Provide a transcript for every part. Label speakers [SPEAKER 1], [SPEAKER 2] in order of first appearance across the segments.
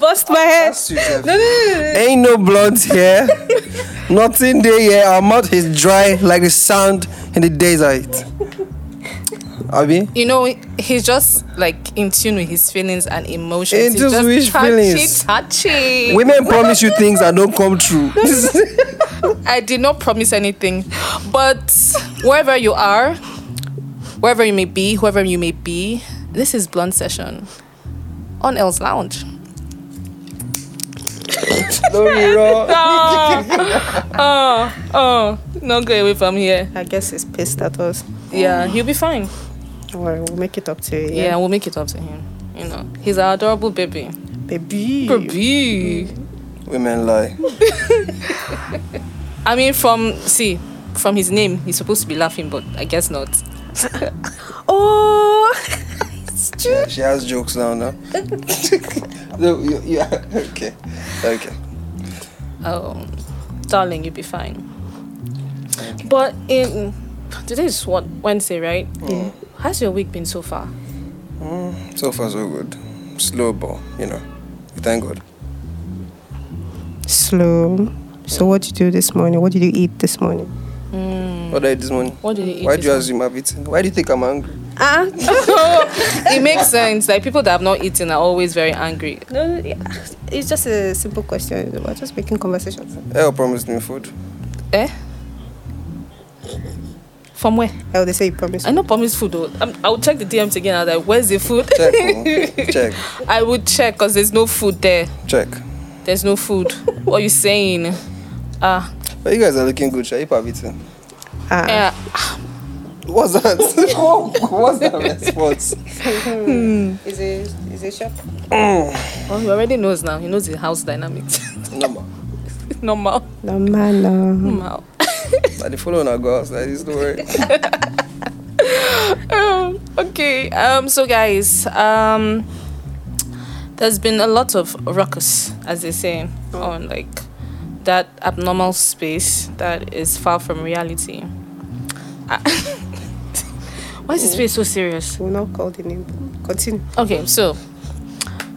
[SPEAKER 1] lost my head.
[SPEAKER 2] That's you, Jeff.
[SPEAKER 1] No, no, no, no, no.
[SPEAKER 3] Ain't no blood here. Nothing there here. Our mouth is dry like the sand in the desert. Abi?
[SPEAKER 1] You know, he's just like in tune with his feelings and emotions.
[SPEAKER 3] In
[SPEAKER 1] He's
[SPEAKER 3] tune
[SPEAKER 1] just
[SPEAKER 3] with his
[SPEAKER 1] touchy,
[SPEAKER 3] feelings.
[SPEAKER 1] touchy.
[SPEAKER 3] Women promise you things that don't come true.
[SPEAKER 1] I did not promise anything. But wherever you are, wherever you may be, whoever you may be, this is Blunt Session on Elle's Lounge.
[SPEAKER 3] Lori Ro.
[SPEAKER 1] Oh, oh, not go away from here.
[SPEAKER 4] I guess he's pissed at us.
[SPEAKER 1] Yeah, he'll be fine.
[SPEAKER 4] Well, we'll make it up to you.
[SPEAKER 1] Yeah, we'll make it up to him. You know, he's our adorable baby.
[SPEAKER 4] Baby.
[SPEAKER 1] Baby.
[SPEAKER 3] Women lie.
[SPEAKER 1] I mean, from see, from his name, he's supposed to be laughing, but I guess not.
[SPEAKER 4] Oh, it's true.
[SPEAKER 3] She has jokes now, no? no you, you, okay. Okay.
[SPEAKER 1] Oh, darling, you'll be fine. But in today is what Wednesday, right?
[SPEAKER 4] Yeah.
[SPEAKER 1] How's your week been so far?
[SPEAKER 3] So far, so good. Slow ball, you know. We Thank God.
[SPEAKER 4] Slow. So, what did you do this morning? What did you eat this morning?
[SPEAKER 3] What did I eat this morning?
[SPEAKER 1] What did you eat?
[SPEAKER 3] Why do
[SPEAKER 1] this
[SPEAKER 3] you assume I've eaten? Why do you think I'm angry?
[SPEAKER 4] Ah,
[SPEAKER 1] morning? it makes sense. Like people that have not eaten are always very angry.
[SPEAKER 4] no, yeah. it's just a simple question. We're just making conversations.
[SPEAKER 3] Elle promised me food.
[SPEAKER 1] Eh? From where?
[SPEAKER 4] Oh, they say you promised.
[SPEAKER 1] I know promise food though. I'm, I will check the DMs again. I was like, where's the food?
[SPEAKER 3] Check, oh. check,
[SPEAKER 1] I would check because there's no food there.
[SPEAKER 3] check.
[SPEAKER 1] There's no food. what are you saying? Ah,
[SPEAKER 3] But you guys are looking good, Shall You have eaten.
[SPEAKER 4] Ah,
[SPEAKER 1] yeah.
[SPEAKER 3] uh, What's that? What- What's that response?
[SPEAKER 4] is it is it sharp?
[SPEAKER 1] Well, he already knows now. He knows the house dynamics.
[SPEAKER 3] Number.
[SPEAKER 1] Normal.
[SPEAKER 4] No man, no.
[SPEAKER 1] Normal.
[SPEAKER 3] Like the following I go outside, it's no worry.
[SPEAKER 1] Um, okay. Um. So, guys. Um. There's been a lot of ruckus, as they say, on like that abnormal space that is far from reality. I- Why is this face so serious?
[SPEAKER 4] We'll not call the name. Continue.
[SPEAKER 1] Okay, so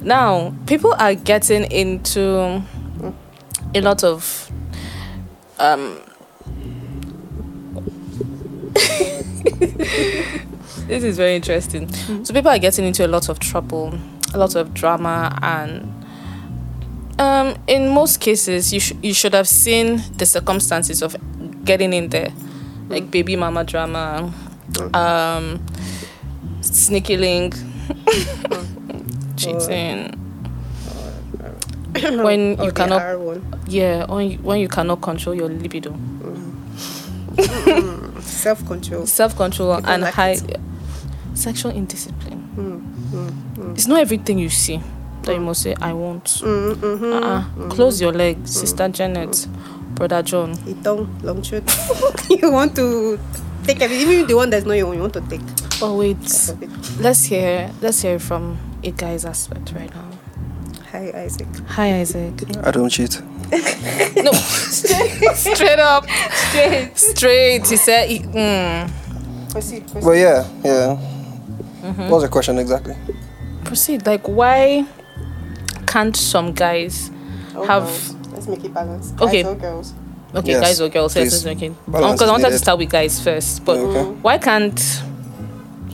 [SPEAKER 1] now people are getting into a lot of um this is very interesting. So people are getting into a lot of trouble, a lot of drama and um in most cases you sh- you should have seen the circumstances of getting in there. Like baby mama drama, um sneaky link cheating When
[SPEAKER 4] Oh,
[SPEAKER 1] you
[SPEAKER 4] the
[SPEAKER 1] cannot-
[SPEAKER 4] R one.
[SPEAKER 1] yeah when you, when you cannot control your libido
[SPEAKER 4] self control.
[SPEAKER 1] self-control
[SPEAKER 4] People
[SPEAKER 1] and
[SPEAKER 4] lack
[SPEAKER 1] high
[SPEAKER 4] it.
[SPEAKER 1] sexual indiscipline Mm, it's not everything you see that you must say i want
[SPEAKER 4] Mm-hmm.
[SPEAKER 1] uh-uh. close your leg sister janet brother john
[SPEAKER 4] You don't long shoot. you want to take every, even the one that's not your own. You want to take.
[SPEAKER 1] oh wait
[SPEAKER 4] That's a bit.
[SPEAKER 1] let's hear let's hear it from a guy's aspect right now
[SPEAKER 4] Hi Isaac.
[SPEAKER 1] hi isaac
[SPEAKER 3] I don't cheat.
[SPEAKER 1] no straight up straight straight he said he- mm.
[SPEAKER 4] Proceed. proceed.
[SPEAKER 3] But yeah, yeah. What's the question exactly?
[SPEAKER 1] proceed like why can't some guys
[SPEAKER 4] All
[SPEAKER 1] have-
[SPEAKER 4] girls. Let's make it balanced.
[SPEAKER 1] Okay.
[SPEAKER 4] Guys or girls.
[SPEAKER 1] Okay,
[SPEAKER 3] Yes,
[SPEAKER 1] guys or girls, yes,
[SPEAKER 3] please.
[SPEAKER 1] yes, okay. Because
[SPEAKER 3] Balance
[SPEAKER 1] Oh, I
[SPEAKER 3] is
[SPEAKER 1] wanted to
[SPEAKER 3] needed.
[SPEAKER 1] start with guys first, but
[SPEAKER 3] Okay.
[SPEAKER 1] why can't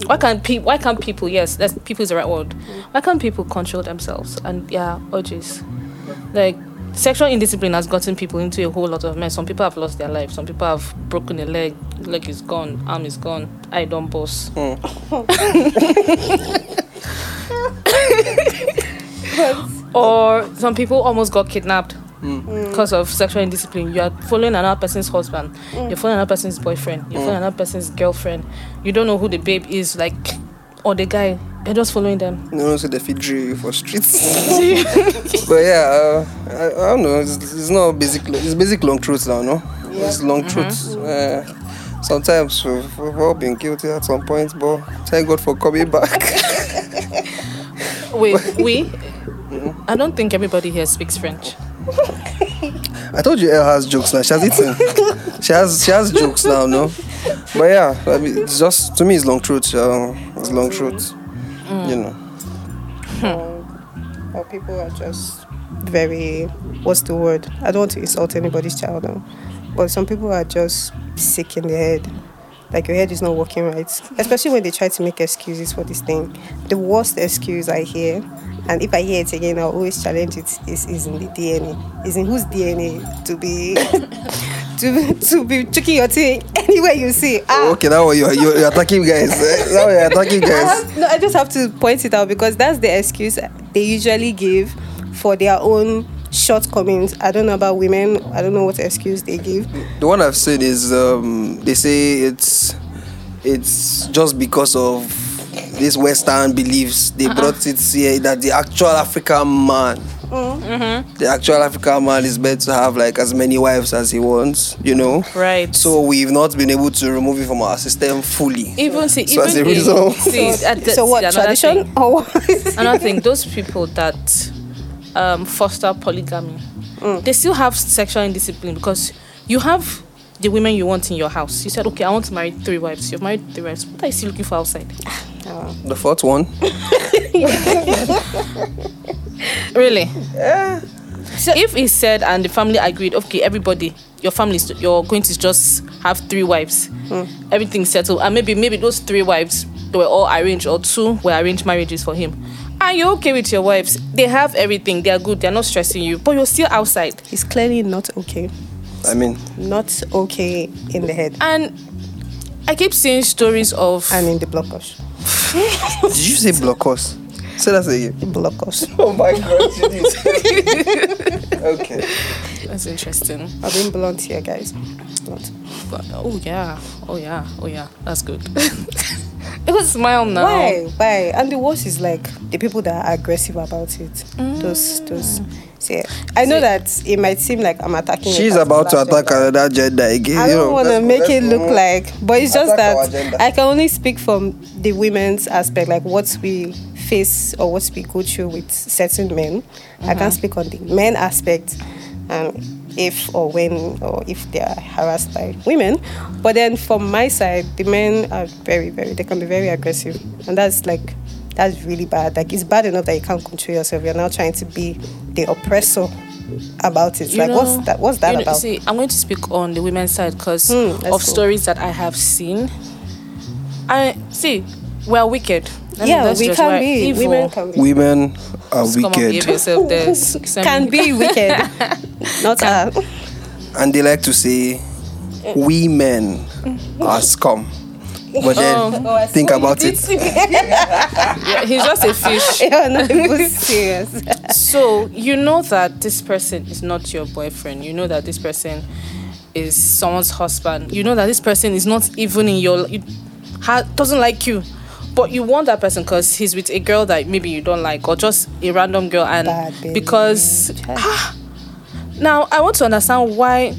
[SPEAKER 1] why can't people why can't people yes that's people is the right word why can't people control themselves and yeah urges like sexual indiscipline has gotten people into a whole lot of mess some people have lost their life some people have broken a leg leg is gone arm is gone eye don't boss
[SPEAKER 3] Hmm.
[SPEAKER 1] or some people almost got kidnapped because of sexual indiscipline. You are following another person's husband,
[SPEAKER 3] Mm.
[SPEAKER 1] you're following another person's boyfriend, you're following another person's girlfriend. You don't know who the babe is, like, or the guy. You're just following them.
[SPEAKER 3] You know, so they feed you for streets. but yeah, uh, I, I don't know. It's, it's not basic. It's basic long truths now, no? It's long truths. Uh, sometimes we've, we've all been guilty at some point, but thank God for coming back.
[SPEAKER 1] Wait, we?
[SPEAKER 3] Mm-hmm.
[SPEAKER 1] I don't think everybody here speaks French.
[SPEAKER 3] I told you Elle has jokes now. She has eaten. she has she has jokes now, no? But yeah, I mean, it's just to me
[SPEAKER 1] Hmm.
[SPEAKER 3] it's long truth. Um, it's long truth. You know.
[SPEAKER 4] Um, or people are just very what's the word? I don't want to insult anybody's child now, but some people are just sick in their head. Like your head is not working right, especially when they try to make excuses for this thing. The worst excuse I hear, and if I hear it again, I'll always challenge it. Is is in the DNA? Is in whose DNA to be to be, to be checking your thing anywhere you see? Ah,
[SPEAKER 3] Oh, okay, now you're, you're, you're attacking guys. eh? now you're attacking
[SPEAKER 4] I
[SPEAKER 3] guys.
[SPEAKER 4] have, no, I just have to point it out because that's the excuse they usually give for their own shortcomings. I don't know about women. I don't know what excuse they give.
[SPEAKER 3] The one I've seen is um, they say it's it's just because of these Western beliefs they brought it here that the actual African man, the actual African man is meant to have like as many wives as he wants, you know.
[SPEAKER 1] Right.
[SPEAKER 3] So we've not been able to remove it from our system fully.
[SPEAKER 1] even see,
[SPEAKER 3] So
[SPEAKER 1] even
[SPEAKER 3] as a
[SPEAKER 1] in-
[SPEAKER 3] result-
[SPEAKER 1] see, uh, th-
[SPEAKER 4] so what
[SPEAKER 1] see, another
[SPEAKER 4] tradition
[SPEAKER 1] thing-
[SPEAKER 4] or what?
[SPEAKER 1] Another thing, those people that um, foster polygamy, they still have sexual indiscipline because you have the women you want in your house. You said, okay, I want to marry three wives. You've married three wives. What are you still looking for outside?
[SPEAKER 3] the fourth one,
[SPEAKER 1] Really? Yeah. So if he said and the family agreed, okay, everybody, your family, is- you're going to just have three wives. Everything's settled, and maybe maybe those three wives they were all arranged, or two were arranged marriages for him. Are you okay with your wives? They have everything. They are good. They are not stressing you, but you're still outside.
[SPEAKER 4] It's clearly not okay.
[SPEAKER 3] I mean,
[SPEAKER 4] Not okay in the head
[SPEAKER 1] And I keep seeing stories of
[SPEAKER 4] and in the blockhouse.
[SPEAKER 3] did you say block us? Say that again.
[SPEAKER 4] Blockhouse.
[SPEAKER 3] Oh my god, you did. okay.
[SPEAKER 1] that's interesting.
[SPEAKER 4] I've been blunt here, guys. Blunt.
[SPEAKER 1] But, oh yeah, oh yeah, oh yeah. That's good. it was smile now.
[SPEAKER 4] Why? Why? And the worst is like the people that are aggressive about it. Those, those.
[SPEAKER 1] Mm.
[SPEAKER 4] So, yeah. I know that it might seem like I'm attacking. your
[SPEAKER 3] She's
[SPEAKER 4] particular
[SPEAKER 3] about to attack
[SPEAKER 4] gender.
[SPEAKER 3] another gender again.
[SPEAKER 4] I
[SPEAKER 3] you
[SPEAKER 4] don't
[SPEAKER 3] know,
[SPEAKER 4] want to
[SPEAKER 3] let's go-
[SPEAKER 4] make
[SPEAKER 3] let's
[SPEAKER 4] it
[SPEAKER 3] go
[SPEAKER 4] look
[SPEAKER 3] on.
[SPEAKER 4] like, but it's just
[SPEAKER 3] Attack our
[SPEAKER 4] that
[SPEAKER 3] agenda.
[SPEAKER 4] I can only speak from the women's aspect, like what we face or what we go through with certain men. I
[SPEAKER 1] Mm-hmm.
[SPEAKER 4] can't speak on the men aspect, and if or when or if they are harassed by women. But then from my side, the men are very, very. They can be very aggressive, and that's like. That's really bad. Like it's bad enough that you can't control yourself. You're now trying to be the oppressor about it.
[SPEAKER 1] You
[SPEAKER 4] like
[SPEAKER 1] know,
[SPEAKER 4] what's that? What's that
[SPEAKER 1] you know,
[SPEAKER 4] about?
[SPEAKER 1] See, I'm going to speak on the women's side because
[SPEAKER 4] Hmm, let's
[SPEAKER 1] of
[SPEAKER 4] go.
[SPEAKER 1] stories that I have seen. I see we're wicked. I mean,
[SPEAKER 4] yeah,
[SPEAKER 1] that's
[SPEAKER 4] we
[SPEAKER 1] just
[SPEAKER 4] can
[SPEAKER 1] why
[SPEAKER 4] be.
[SPEAKER 1] evil.
[SPEAKER 4] Women can be.
[SPEAKER 3] Women are
[SPEAKER 1] Just Come and behave
[SPEAKER 3] wicked,
[SPEAKER 1] yourself. There's some-
[SPEAKER 4] can be wicked. Not uh,
[SPEAKER 3] and they like to say, "We men are scum." But then
[SPEAKER 1] Oh,
[SPEAKER 3] think about it.
[SPEAKER 1] yeah, he's just a fish.
[SPEAKER 4] You're not even serious.
[SPEAKER 1] so you know that this person is not your boyfriend. You know that this person is someone's husband. You know that this person is not even in your. You, ha, doesn't like you, but you want that person because he's with a girl that maybe you don't like, or just a random girl, and
[SPEAKER 4] Bad bitch.
[SPEAKER 1] because now I want to understand why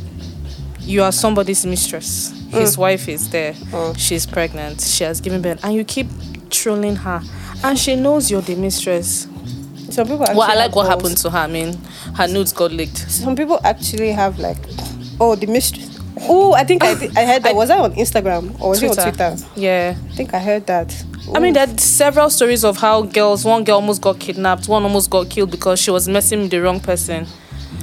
[SPEAKER 1] you are somebody's mistress. His wife is there. She's pregnant. She has given birth, and you keep trolling her, and she knows you're the mistress.
[SPEAKER 4] Some people. actually
[SPEAKER 1] Well, I like
[SPEAKER 4] have
[SPEAKER 1] what
[SPEAKER 4] balls.
[SPEAKER 1] happened to her. I mean, her nudes got leaked.
[SPEAKER 4] Some people actually have like, oh, the mistress. Oh, I think I, thi- I heard that. was that on Instagram or was it on Twitter?
[SPEAKER 1] Yeah.
[SPEAKER 4] I think I heard that.
[SPEAKER 1] I mean,
[SPEAKER 4] Ooh.
[SPEAKER 1] there are several stories of how girls, one girl almost got kidnapped, one almost got killed because she was messing with the wrong person.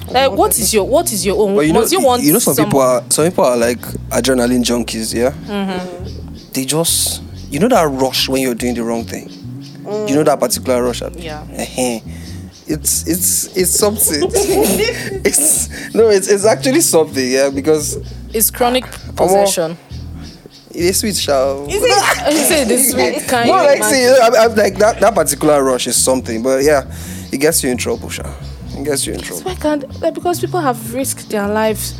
[SPEAKER 4] Oh,
[SPEAKER 1] Like, what is your what is your own?
[SPEAKER 3] But you know,
[SPEAKER 1] Must you want
[SPEAKER 3] know, some, people are some people are like adrenaline junkies. Yeah,
[SPEAKER 1] Mm-hmm.
[SPEAKER 3] they just you know that rush when you're doing the wrong thing. You know that particular rush. Abi?
[SPEAKER 1] Yeah.
[SPEAKER 3] Ehen. It's it's it's something. it's no, it's it's actually something. Yeah, because
[SPEAKER 1] It's
[SPEAKER 3] Ah,
[SPEAKER 1] chronic possession.
[SPEAKER 3] it is sweet, shall.
[SPEAKER 1] You say this with kind.
[SPEAKER 3] no, like see, I'm, I'm like that, that particular rush is something, but yeah, it gets you in trouble, Sha. It gets you in trouble.
[SPEAKER 1] Why can't like because people have risked their lives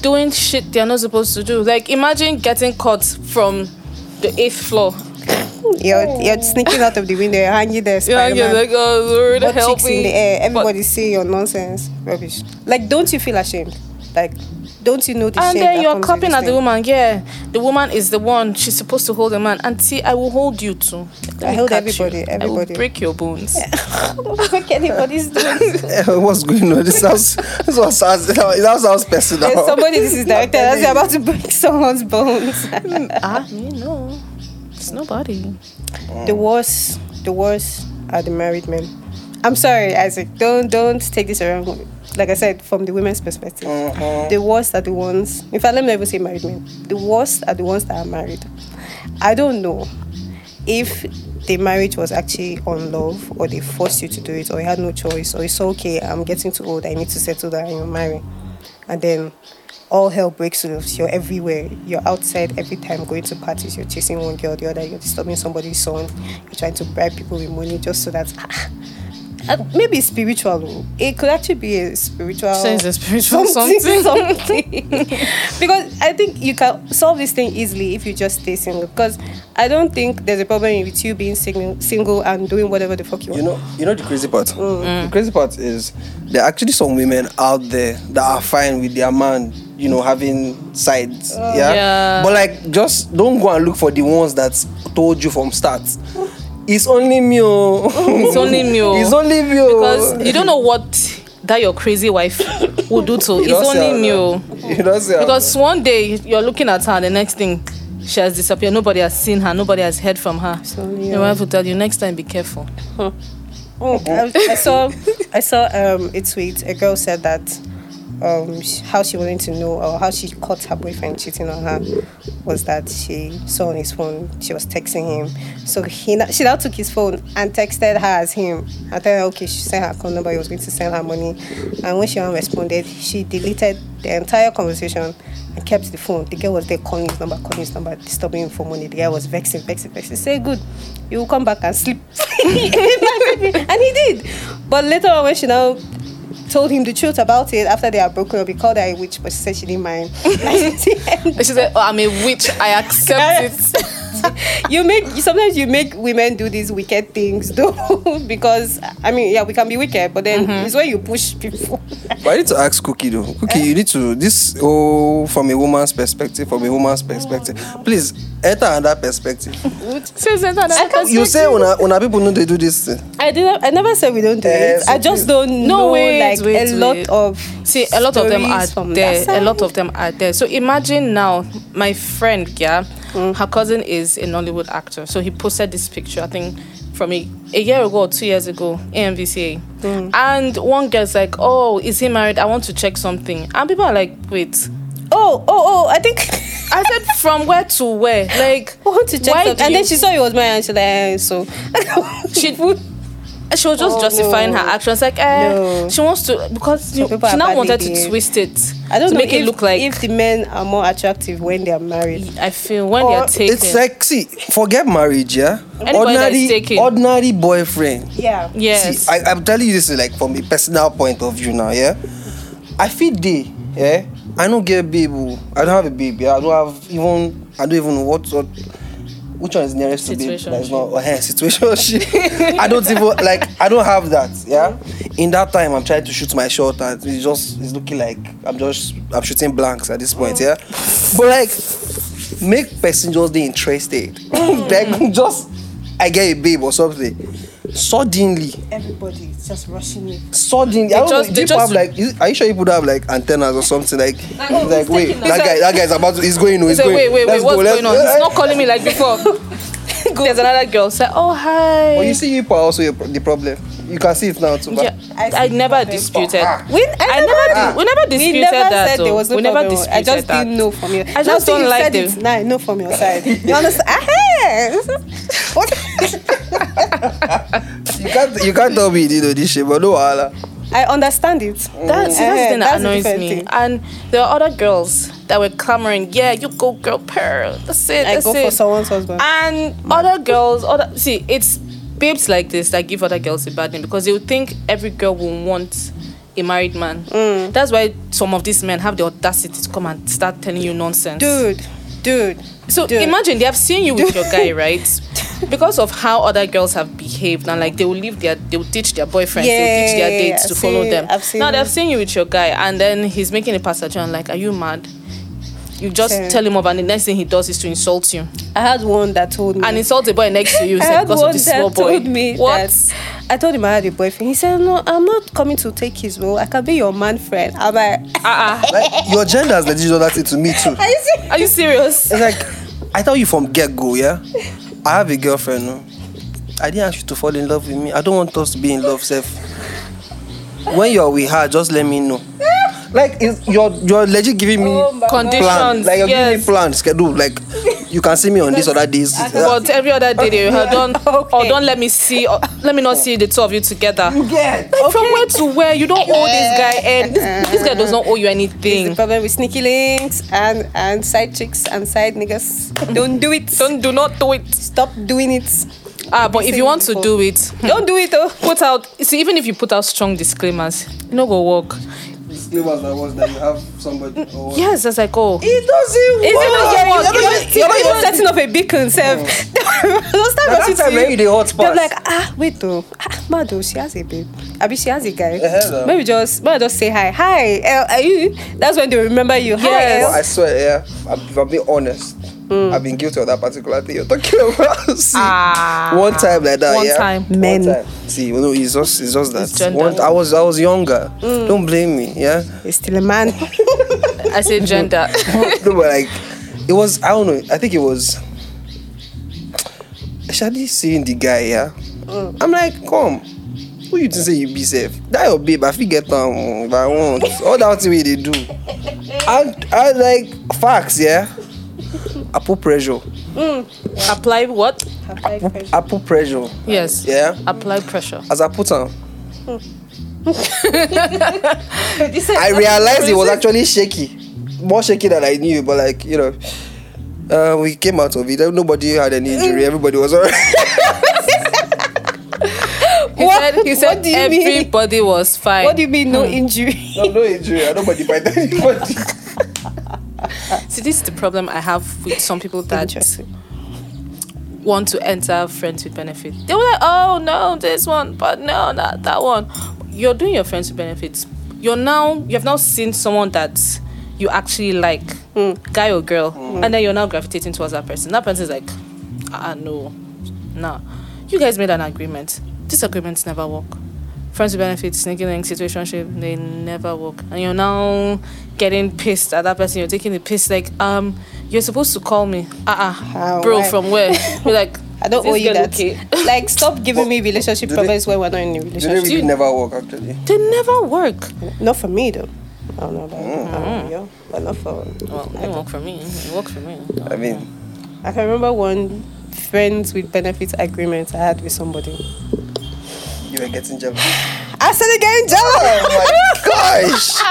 [SPEAKER 1] doing shit they are not supposed to do. Like imagine getting caught from the eighth floor.
[SPEAKER 4] you're, you're sneaking out of the window, you're hanging there.
[SPEAKER 1] You know,
[SPEAKER 4] Spider-Man.
[SPEAKER 1] Oh. you're like, oh Lord,
[SPEAKER 4] butt
[SPEAKER 1] help
[SPEAKER 4] cheeks
[SPEAKER 1] me.
[SPEAKER 4] in the air.
[SPEAKER 1] But-
[SPEAKER 4] Everybody see your nonsense, rubbish. Like, don't you feel ashamed? Like, don't you know the
[SPEAKER 1] and
[SPEAKER 4] shame
[SPEAKER 1] then
[SPEAKER 4] that
[SPEAKER 1] you're
[SPEAKER 4] comes with
[SPEAKER 1] clapping
[SPEAKER 4] this
[SPEAKER 1] at the
[SPEAKER 4] thing?
[SPEAKER 1] woman. Yeah, the woman is the one she's supposed to hold the man. Auntie, I will hold you too. Let
[SPEAKER 4] I
[SPEAKER 1] me
[SPEAKER 4] hold
[SPEAKER 1] catch you.
[SPEAKER 4] everybody,
[SPEAKER 1] I
[SPEAKER 4] everybody.
[SPEAKER 1] will break your bones.
[SPEAKER 4] Look anybody's doing.
[SPEAKER 3] Eh, What's going on? This sounds this one sounds that sounds personal.
[SPEAKER 4] There's somebody this is directed. That's you're about to break someone's bones.
[SPEAKER 1] ah, me no, it's nobody.
[SPEAKER 4] the worst, the worst are the married men. I'm sorry, Isaac. Don't don't take this around. Like I said, from the women's perspective,
[SPEAKER 3] Mhm.
[SPEAKER 4] the worst are the ones. In fact, let me not even say married men. The worst are the ones that are married. I don't know if the marriage was actually on love, or they forced you to do it, or you had no choice, or it's okay. I'm getting too old. I need to settle down and marry, and then. All hell breaks loose. You're everywhere. You're outside every time, going to parties. You're chasing one girl, the other. You're disturbing somebody's son. You're trying to bribe people with money just so that uh, maybe spiritual. oh. It could actually be a spiritual
[SPEAKER 1] Since it's spiritual something.
[SPEAKER 4] something. because I think you can solve this thing easily if you just stay single. Because I don't think there's a problem with you being single, single and doing whatever the fuck you want.
[SPEAKER 3] You know, you know the crazy part.
[SPEAKER 1] Mm.
[SPEAKER 3] The crazy part is there are actually some women out there that are fine with their man, you know, having sides. yeah?
[SPEAKER 1] Oh, Yeah.
[SPEAKER 3] But like, just don't go and look for the ones that told you from start. It's only me. oh."
[SPEAKER 1] It's only me, oh.
[SPEAKER 3] It's only me. oh.
[SPEAKER 1] because you don't know what that your crazy wife will do to.
[SPEAKER 3] You
[SPEAKER 1] It's
[SPEAKER 3] don't see
[SPEAKER 1] only
[SPEAKER 3] how-
[SPEAKER 1] me. oh.
[SPEAKER 3] You don't see how-
[SPEAKER 1] Because one day you're looking at her, the next thing she has disappeared. Nobody has seen her. Nobody has heard from her.
[SPEAKER 4] So, yeah.
[SPEAKER 1] Your wife will tell you next time, be careful.
[SPEAKER 4] Oh, I, I saw, I saw um, a tweet. A girl said that um, sh- how she wanted to know or how she caught her boyfriend cheating on her was that she saw on his phone she was texting him. So he na- she now took his phone and texted her as him. I told her okay, she sent her account number. He was going to send her money, and when she now responded, she deleted the entire conversation and kept the phone. The girl was there calling his number, calling his number, disturbing him for money. The guy was vexing, vexing, vexing. Say good, you will come back and sleep. and he did. But later on, when she now told him the truth about it after they had broken up, he called her a witch, but she said she didn't mind.
[SPEAKER 1] And she said, oh, "I'm a witch. I accept it."
[SPEAKER 4] you make sometimes you make women do these wicked things though because I mean yeah we can be wicked but then it's when you push people.
[SPEAKER 3] But I need to ask Cookie though.
[SPEAKER 1] Eh?
[SPEAKER 3] Cookie, you need to this oh from a woman's perspective, from a woman's perspective. Please enter another perspective.
[SPEAKER 1] Since then, that-
[SPEAKER 3] You say when una people know they do this thing.
[SPEAKER 4] I didn't. I never said we don't do
[SPEAKER 3] Eh,
[SPEAKER 4] it. I just don't
[SPEAKER 1] No,
[SPEAKER 4] know
[SPEAKER 1] wait,
[SPEAKER 4] like
[SPEAKER 1] wait,
[SPEAKER 4] a lot
[SPEAKER 1] wait.
[SPEAKER 4] of
[SPEAKER 1] See, a lot of them
[SPEAKER 4] stories
[SPEAKER 1] are
[SPEAKER 4] from
[SPEAKER 1] there.
[SPEAKER 4] that
[SPEAKER 1] A lot
[SPEAKER 4] side.
[SPEAKER 1] of them are there. So imagine now, my friend, yeah,
[SPEAKER 4] Mm.
[SPEAKER 1] her cousin is a Nollywood actor. So he posted this picture, I think, from a, a year ago or two years ago, AMVCA.
[SPEAKER 4] Mm.
[SPEAKER 1] And one girl's like, oh, is he married? I want to check something. And people are like, wait.
[SPEAKER 4] oh oh oh I think
[SPEAKER 1] I said, from where to where? Like,
[SPEAKER 4] I want to check
[SPEAKER 1] why
[SPEAKER 4] something.
[SPEAKER 1] do
[SPEAKER 4] and then
[SPEAKER 1] you-
[SPEAKER 4] she saw it was mine and she like eh, so
[SPEAKER 1] she she was just
[SPEAKER 4] Oh,
[SPEAKER 1] justifying
[SPEAKER 4] no.
[SPEAKER 1] her actions like eh,
[SPEAKER 4] No.
[SPEAKER 1] she wants to because you, she
[SPEAKER 4] people are
[SPEAKER 1] now
[SPEAKER 4] badly
[SPEAKER 1] wanted to
[SPEAKER 4] behaved.
[SPEAKER 1] twist it
[SPEAKER 4] I don't
[SPEAKER 1] to
[SPEAKER 4] know
[SPEAKER 1] make
[SPEAKER 4] if,
[SPEAKER 1] it look like
[SPEAKER 4] if the men are more attractive when they are married.
[SPEAKER 1] I feel when
[SPEAKER 4] Or
[SPEAKER 1] they're taken
[SPEAKER 3] It's like see, forget marriage, yeah.
[SPEAKER 1] Anybody that is taken.
[SPEAKER 3] ordinary boyfriend.
[SPEAKER 4] Yeah.
[SPEAKER 1] yes
[SPEAKER 3] See, I, I'm telling you this like from a personal point of view now, yeah. I feel day, yeah. I don't get a babe. oh. I don't have a baby. I don't have even. I don't even know what sort. Which one is nearest to babe? That is not oh, hey, situation. I don't even like. I don't have that. Yeah. In that time, I'm trying to shoot my shot, and it's just it's looking like I'm just I'm shooting blanks at this point. Yeah. But like, make person just be interested. like just I get a babe or something. Suddenly,
[SPEAKER 4] Everybody is just rushing it.
[SPEAKER 3] suddenly, I don't
[SPEAKER 1] just-
[SPEAKER 3] know,
[SPEAKER 1] they
[SPEAKER 3] people
[SPEAKER 1] just-
[SPEAKER 3] have like, is, are you sure you would have like antennas or something? Like, like, wait,
[SPEAKER 1] taking us.
[SPEAKER 3] that guy, that guy's about to, he's going, oh,
[SPEAKER 1] He
[SPEAKER 3] he's
[SPEAKER 1] said,
[SPEAKER 3] going.
[SPEAKER 1] wait, wait,
[SPEAKER 3] Let's
[SPEAKER 1] wait, what's
[SPEAKER 3] go, Eh, let's-
[SPEAKER 1] going on? He's not calling me like before. There's another girl said, oh hi.
[SPEAKER 3] But you see, you people are also your, the problem. You can see it now too.
[SPEAKER 1] yeah,
[SPEAKER 3] but-
[SPEAKER 1] I, never disputed.
[SPEAKER 4] We, I,
[SPEAKER 1] never
[SPEAKER 4] never,
[SPEAKER 1] did- we never
[SPEAKER 4] we
[SPEAKER 1] disputed
[SPEAKER 4] never
[SPEAKER 1] that,
[SPEAKER 4] Said there
[SPEAKER 1] though.
[SPEAKER 4] was no
[SPEAKER 1] We never
[SPEAKER 4] problem. I just
[SPEAKER 1] disputed that.
[SPEAKER 4] didn't know from your.
[SPEAKER 1] I just don't like
[SPEAKER 4] it.
[SPEAKER 1] them.
[SPEAKER 4] Now I know from your side. You understand? Ah, what?
[SPEAKER 3] You can't, you can't tell me you know this shit, but no, Allah.
[SPEAKER 4] I understand it.
[SPEAKER 1] That's,
[SPEAKER 4] Eh,
[SPEAKER 1] that's the thing that
[SPEAKER 4] that's a
[SPEAKER 1] annoys
[SPEAKER 4] different
[SPEAKER 1] me.
[SPEAKER 4] thing.
[SPEAKER 1] And there are other girls that were clamoring, yeah, you go girl pearl. That's it.
[SPEAKER 4] I
[SPEAKER 1] That's
[SPEAKER 4] go for
[SPEAKER 1] it.
[SPEAKER 4] someone's husband.
[SPEAKER 1] And
[SPEAKER 4] Mm.
[SPEAKER 1] other girls, other see, it's babes like this that give other girls a bad name because they would think every girl will want a married man.
[SPEAKER 4] Mm.
[SPEAKER 1] That's why some of these men have the audacity to come and start telling you nonsense.
[SPEAKER 4] Dude, dude.
[SPEAKER 1] So
[SPEAKER 4] Dude.
[SPEAKER 1] imagine they have seen you with
[SPEAKER 4] Dude.
[SPEAKER 1] your guy, right? Because of how other girls have behaved and like they will leave their they will ditch their boyfriends, they will ditch their
[SPEAKER 4] Yeah,
[SPEAKER 1] dates to
[SPEAKER 4] I've
[SPEAKER 1] follow
[SPEAKER 4] seen-
[SPEAKER 1] them.
[SPEAKER 4] I've seen
[SPEAKER 1] now
[SPEAKER 4] it.
[SPEAKER 1] they've seen you with your guy and then he's making a pass at you and like, are you mad? You just
[SPEAKER 4] Same.
[SPEAKER 1] tell him off and the next thing he does is to insult you.
[SPEAKER 4] I had one that told me.
[SPEAKER 1] And insult the boy next to you
[SPEAKER 4] I
[SPEAKER 1] said,
[SPEAKER 4] had
[SPEAKER 1] because
[SPEAKER 4] one
[SPEAKER 1] of this small
[SPEAKER 4] that
[SPEAKER 1] boy.
[SPEAKER 4] told me
[SPEAKER 1] what?
[SPEAKER 4] that I told him I had a boyfriend. He said, "No, I'm not coming to take his role. I can be your man friend." I'm like,
[SPEAKER 1] Uh-uh.
[SPEAKER 3] Like, your gender has legit done that thing to me too.
[SPEAKER 4] "Are you serious?"
[SPEAKER 1] Are you serious?
[SPEAKER 3] It's like, I tell you from get go, yeah? I have a girlfriend. no? I didn't ask you to fall in love with me. I don't want us to be in love, Seth. When you're with her, just let me know. Like it's, you're you're legit giving me
[SPEAKER 2] Oh my
[SPEAKER 3] plans.
[SPEAKER 1] Conditions,
[SPEAKER 3] Like you're giving me
[SPEAKER 1] yes.
[SPEAKER 3] plans, schedule. Like you can see me on this other days.
[SPEAKER 1] But every other day, they will- don't or
[SPEAKER 4] Okay.
[SPEAKER 1] don't let me see, or, let me not see the two of you together.
[SPEAKER 3] Yeah.
[SPEAKER 1] Like, From where to where? You don't owe this guy, and this, this guy does not owe you
[SPEAKER 4] It's the
[SPEAKER 1] anything.
[SPEAKER 4] problem with sneaky links and, and side chicks and side niggas. Don't do it.
[SPEAKER 1] Don't do not do it.
[SPEAKER 4] Stop doing it.
[SPEAKER 1] Ah, but if you want to do it,
[SPEAKER 4] Don't do it, oh.
[SPEAKER 1] put out. See, even if you put out strong disclaimers, it no go work.
[SPEAKER 3] Disclaimers that was that you have somebody. Or
[SPEAKER 1] Yes, that's like oh.
[SPEAKER 3] It doesn't
[SPEAKER 1] Is it
[SPEAKER 3] work.
[SPEAKER 1] not
[SPEAKER 3] You're
[SPEAKER 1] work?
[SPEAKER 3] not
[SPEAKER 1] You're
[SPEAKER 3] even-
[SPEAKER 1] not-
[SPEAKER 4] You're
[SPEAKER 3] you're
[SPEAKER 4] not even
[SPEAKER 3] not even-
[SPEAKER 4] setting up a beacon, self. Don't start
[SPEAKER 3] Now, that
[SPEAKER 4] rushing to
[SPEAKER 3] time when
[SPEAKER 4] you.
[SPEAKER 3] you dey hot
[SPEAKER 4] They're
[SPEAKER 3] pass.
[SPEAKER 4] like, ah, wait, though. Ah, Mado, she has a babe. I mean, she has a guy.
[SPEAKER 3] Eh, hello.
[SPEAKER 4] Maybe just, maybe just say hi. Hi, El, are you? That's when they remember you.
[SPEAKER 1] Yes.
[SPEAKER 3] Well,
[SPEAKER 4] Hi, eh,
[SPEAKER 3] I swear, yeah. I'm- If I'm being honest,
[SPEAKER 1] Hmm.
[SPEAKER 3] I've been guilty of that particular thing you're talking about. See,
[SPEAKER 1] Ah.
[SPEAKER 3] one time like that,
[SPEAKER 1] One
[SPEAKER 3] yeah.
[SPEAKER 1] time.
[SPEAKER 3] One
[SPEAKER 4] Men.
[SPEAKER 3] time. See, you know, it's just, it's just
[SPEAKER 1] It's
[SPEAKER 3] that.
[SPEAKER 1] gender. Hmm.
[SPEAKER 3] One, I was, I was younger. Don't blame me, yeah.
[SPEAKER 4] El. It's still a man.
[SPEAKER 1] I say gender.
[SPEAKER 3] no, but like, it was. I don't know. I think it was. Shadi seeing the guy, yeah. I'm like, come. Who you think say you be safe? That your babe. I fit get am um, if I want. All that thing wey they do. I, I like facts, yeah. I put pressure.
[SPEAKER 1] Apply what?
[SPEAKER 3] I put pressure.
[SPEAKER 1] Yes.
[SPEAKER 3] Yeah.
[SPEAKER 1] Apply pressure.
[SPEAKER 3] As I put on, I realized it was actually shaky, more shaky than I knew. But like you know, uh, we came out of it. Nobody had any injury. Everybody was alright.
[SPEAKER 1] He said, he said
[SPEAKER 4] what do you mean?
[SPEAKER 1] everybody was fine.
[SPEAKER 4] what do you mean, no
[SPEAKER 1] Hmm.
[SPEAKER 4] injury?
[SPEAKER 3] no, no injury. and Nobody bite anybody.
[SPEAKER 1] See, this is the problem I have with some people that
[SPEAKER 4] Interesting.
[SPEAKER 1] want to enter friends with benefit. They were like, oh no, this one, but no, not that one. You're doing your friends with benefits. You're now you've now seen someone that you actually like,
[SPEAKER 4] Hmm.
[SPEAKER 1] guy or girl, and then you're now gravitating towards that person. That person is like, ah no, nah. You guys made an agreement. These agreements never work. Friends with benefits, sneaking links, situationship, they never work. And you're now getting pissed at that person. You're taking the piss like, um, you're supposed to call me. Uh uh
[SPEAKER 4] How?
[SPEAKER 1] Bro,
[SPEAKER 4] Why?
[SPEAKER 1] from where? You're like,
[SPEAKER 4] I don't
[SPEAKER 1] "Is
[SPEAKER 4] owe
[SPEAKER 1] this
[SPEAKER 4] you
[SPEAKER 1] girl
[SPEAKER 4] that.
[SPEAKER 1] okay?"
[SPEAKER 4] Like, stop giving me
[SPEAKER 3] Did
[SPEAKER 4] relationship
[SPEAKER 3] they-
[SPEAKER 4] problems when we're not in a
[SPEAKER 3] Didn't
[SPEAKER 4] relationship.
[SPEAKER 3] really never work actually.
[SPEAKER 1] They never work.
[SPEAKER 4] Not for me, though. I don't know about you, yeah, but not for.
[SPEAKER 1] Well, it work for me. It work for me.
[SPEAKER 3] I mean,
[SPEAKER 4] I can remember one friends with benefits agreement I had with somebody.
[SPEAKER 3] you were getting jealous.
[SPEAKER 4] I started getting jealous.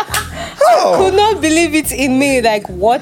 [SPEAKER 3] Oh my gosh!
[SPEAKER 4] Could not believe it in me. Like what?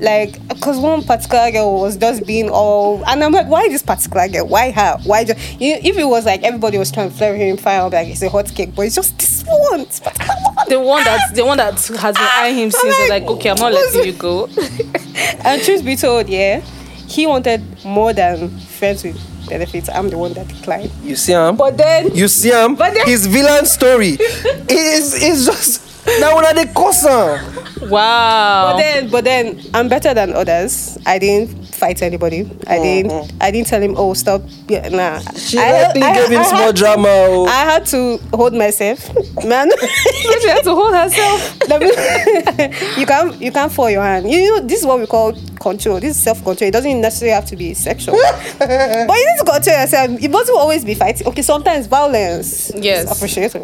[SPEAKER 4] Like, cause one particular girl was just being all, and I'm like, why this particular girl? Why her? Why? Just, you know, if it was like everybody was trying to flirt with him, fine, I'll be like it's a hot cake, but it's just this one. This particular one.
[SPEAKER 1] The one that the one that has been eyeing him since is like, okay, I'm not letting you go.
[SPEAKER 4] And truth be told, yeah, he wanted more than friends with benefits. I'm the one that declined.
[SPEAKER 3] You see him?
[SPEAKER 4] But then,
[SPEAKER 3] You see him?
[SPEAKER 4] But then-
[SPEAKER 3] His villain story is is just now when they cause him.
[SPEAKER 1] Wow.
[SPEAKER 4] But then, but then, I'm better than others. I didn't fight anybody. I didn't. I didn't tell him, oh, stop. Yeah, nah.
[SPEAKER 3] Mm-hmm. She I, think gave him
[SPEAKER 4] I
[SPEAKER 3] small
[SPEAKER 4] had,
[SPEAKER 3] drama. oh.
[SPEAKER 4] I had to hold myself, man.
[SPEAKER 1] she had to hold herself.
[SPEAKER 4] Let me- you can't. You can't fall your hand. You know, this is what we call control. This is self control. It doesn't necessarily have to be sexual, but you need to control yourself. It mustn't always be fighting. Okay, sometimes violence.
[SPEAKER 1] Yes. Oh.
[SPEAKER 4] is appreciated.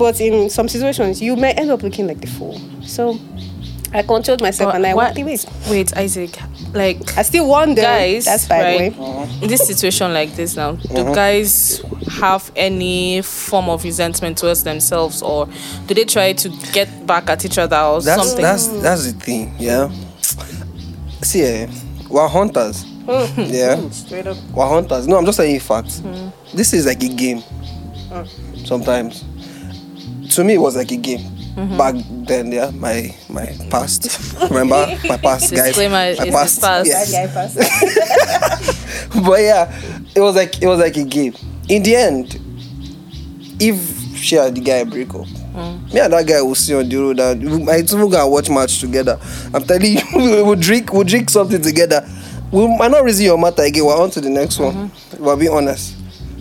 [SPEAKER 4] But in some situations, you may end up looking like the fool. So. I controlled myself and I walked away.
[SPEAKER 1] wait, wait, Isaac. Like
[SPEAKER 4] I still wonder.
[SPEAKER 1] guys,
[SPEAKER 4] that's fine.
[SPEAKER 1] right?
[SPEAKER 4] Way.
[SPEAKER 1] In this situation like this now, do guys have any form of resentment towards themselves, or do they try to get back at each other or
[SPEAKER 3] that's
[SPEAKER 1] something?
[SPEAKER 3] that's that's the thing, yeah. See, eh, we're hunters.
[SPEAKER 4] Mm.
[SPEAKER 3] yeah.
[SPEAKER 4] Straight up.
[SPEAKER 3] We're hunters. No, I'm just saying facts.
[SPEAKER 1] Hmm.
[SPEAKER 3] This is like a game. Sometimes. To me, it was like a game.
[SPEAKER 1] Mm-hmm.
[SPEAKER 3] Back then, yeah, my my past. Remember my past, guys.
[SPEAKER 1] Disclaimer,
[SPEAKER 3] My
[SPEAKER 1] it's his past.
[SPEAKER 3] yes.
[SPEAKER 4] Guy first.
[SPEAKER 3] But yeah, it was like it was like a game. In the end, if she and the guy break up,
[SPEAKER 1] Mm.
[SPEAKER 3] me and that guy will see on the road. And we might even go and watch match together. I'm telling you, we will drink, we'll drink something together. We might not reason your matter again. We're on to the next one. If I'll be honest.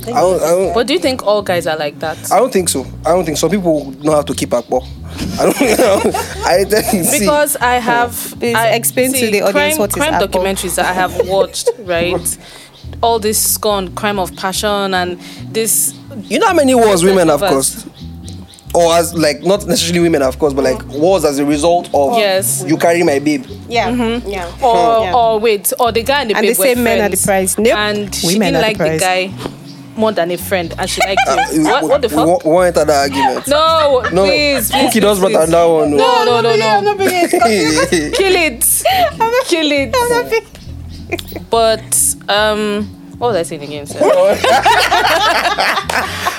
[SPEAKER 3] I don't, I, don't,
[SPEAKER 1] But do Mm-hmm. you think all guys are like that?
[SPEAKER 3] I don't think so. I don't think so. People know how to keep up. oh. I don't know. I think see.
[SPEAKER 1] because I have
[SPEAKER 4] oh, Please
[SPEAKER 1] I,
[SPEAKER 4] explain to the audience
[SPEAKER 1] crime,
[SPEAKER 4] what is
[SPEAKER 1] crime
[SPEAKER 4] Apple.
[SPEAKER 1] documentaries that I have watched, right? all this scorn, crime of passion, and this.
[SPEAKER 3] You know how many wars women have
[SPEAKER 1] But-
[SPEAKER 3] caused? Or as like not necessarily women of course, but like wars as a result of
[SPEAKER 1] Yes.
[SPEAKER 3] you carry my babe.
[SPEAKER 4] Yeah. Mm-hmm. Yeah.
[SPEAKER 1] Or,
[SPEAKER 4] Oh, Yeah.
[SPEAKER 1] or wait, or the guy and the
[SPEAKER 4] And
[SPEAKER 1] babe
[SPEAKER 4] they say
[SPEAKER 1] were
[SPEAKER 4] men are the
[SPEAKER 1] friends,
[SPEAKER 4] prize. Nope.
[SPEAKER 1] And she
[SPEAKER 2] Women
[SPEAKER 1] didn't
[SPEAKER 2] are the
[SPEAKER 1] like the,
[SPEAKER 2] prize.
[SPEAKER 1] guy more than a friend, and she liked
[SPEAKER 3] Uh,
[SPEAKER 1] him. what, what the
[SPEAKER 3] we-
[SPEAKER 1] fuck?
[SPEAKER 3] We won't- we won't enter that argument.
[SPEAKER 1] no, please, please.
[SPEAKER 3] Cookie
[SPEAKER 1] please,
[SPEAKER 3] does brought
[SPEAKER 1] please.
[SPEAKER 3] that one. oh.
[SPEAKER 1] No, no, no,
[SPEAKER 4] I'm
[SPEAKER 1] no.
[SPEAKER 4] not bringing it.
[SPEAKER 1] Kill it. Kill it. But, um, what was I saying again? sir?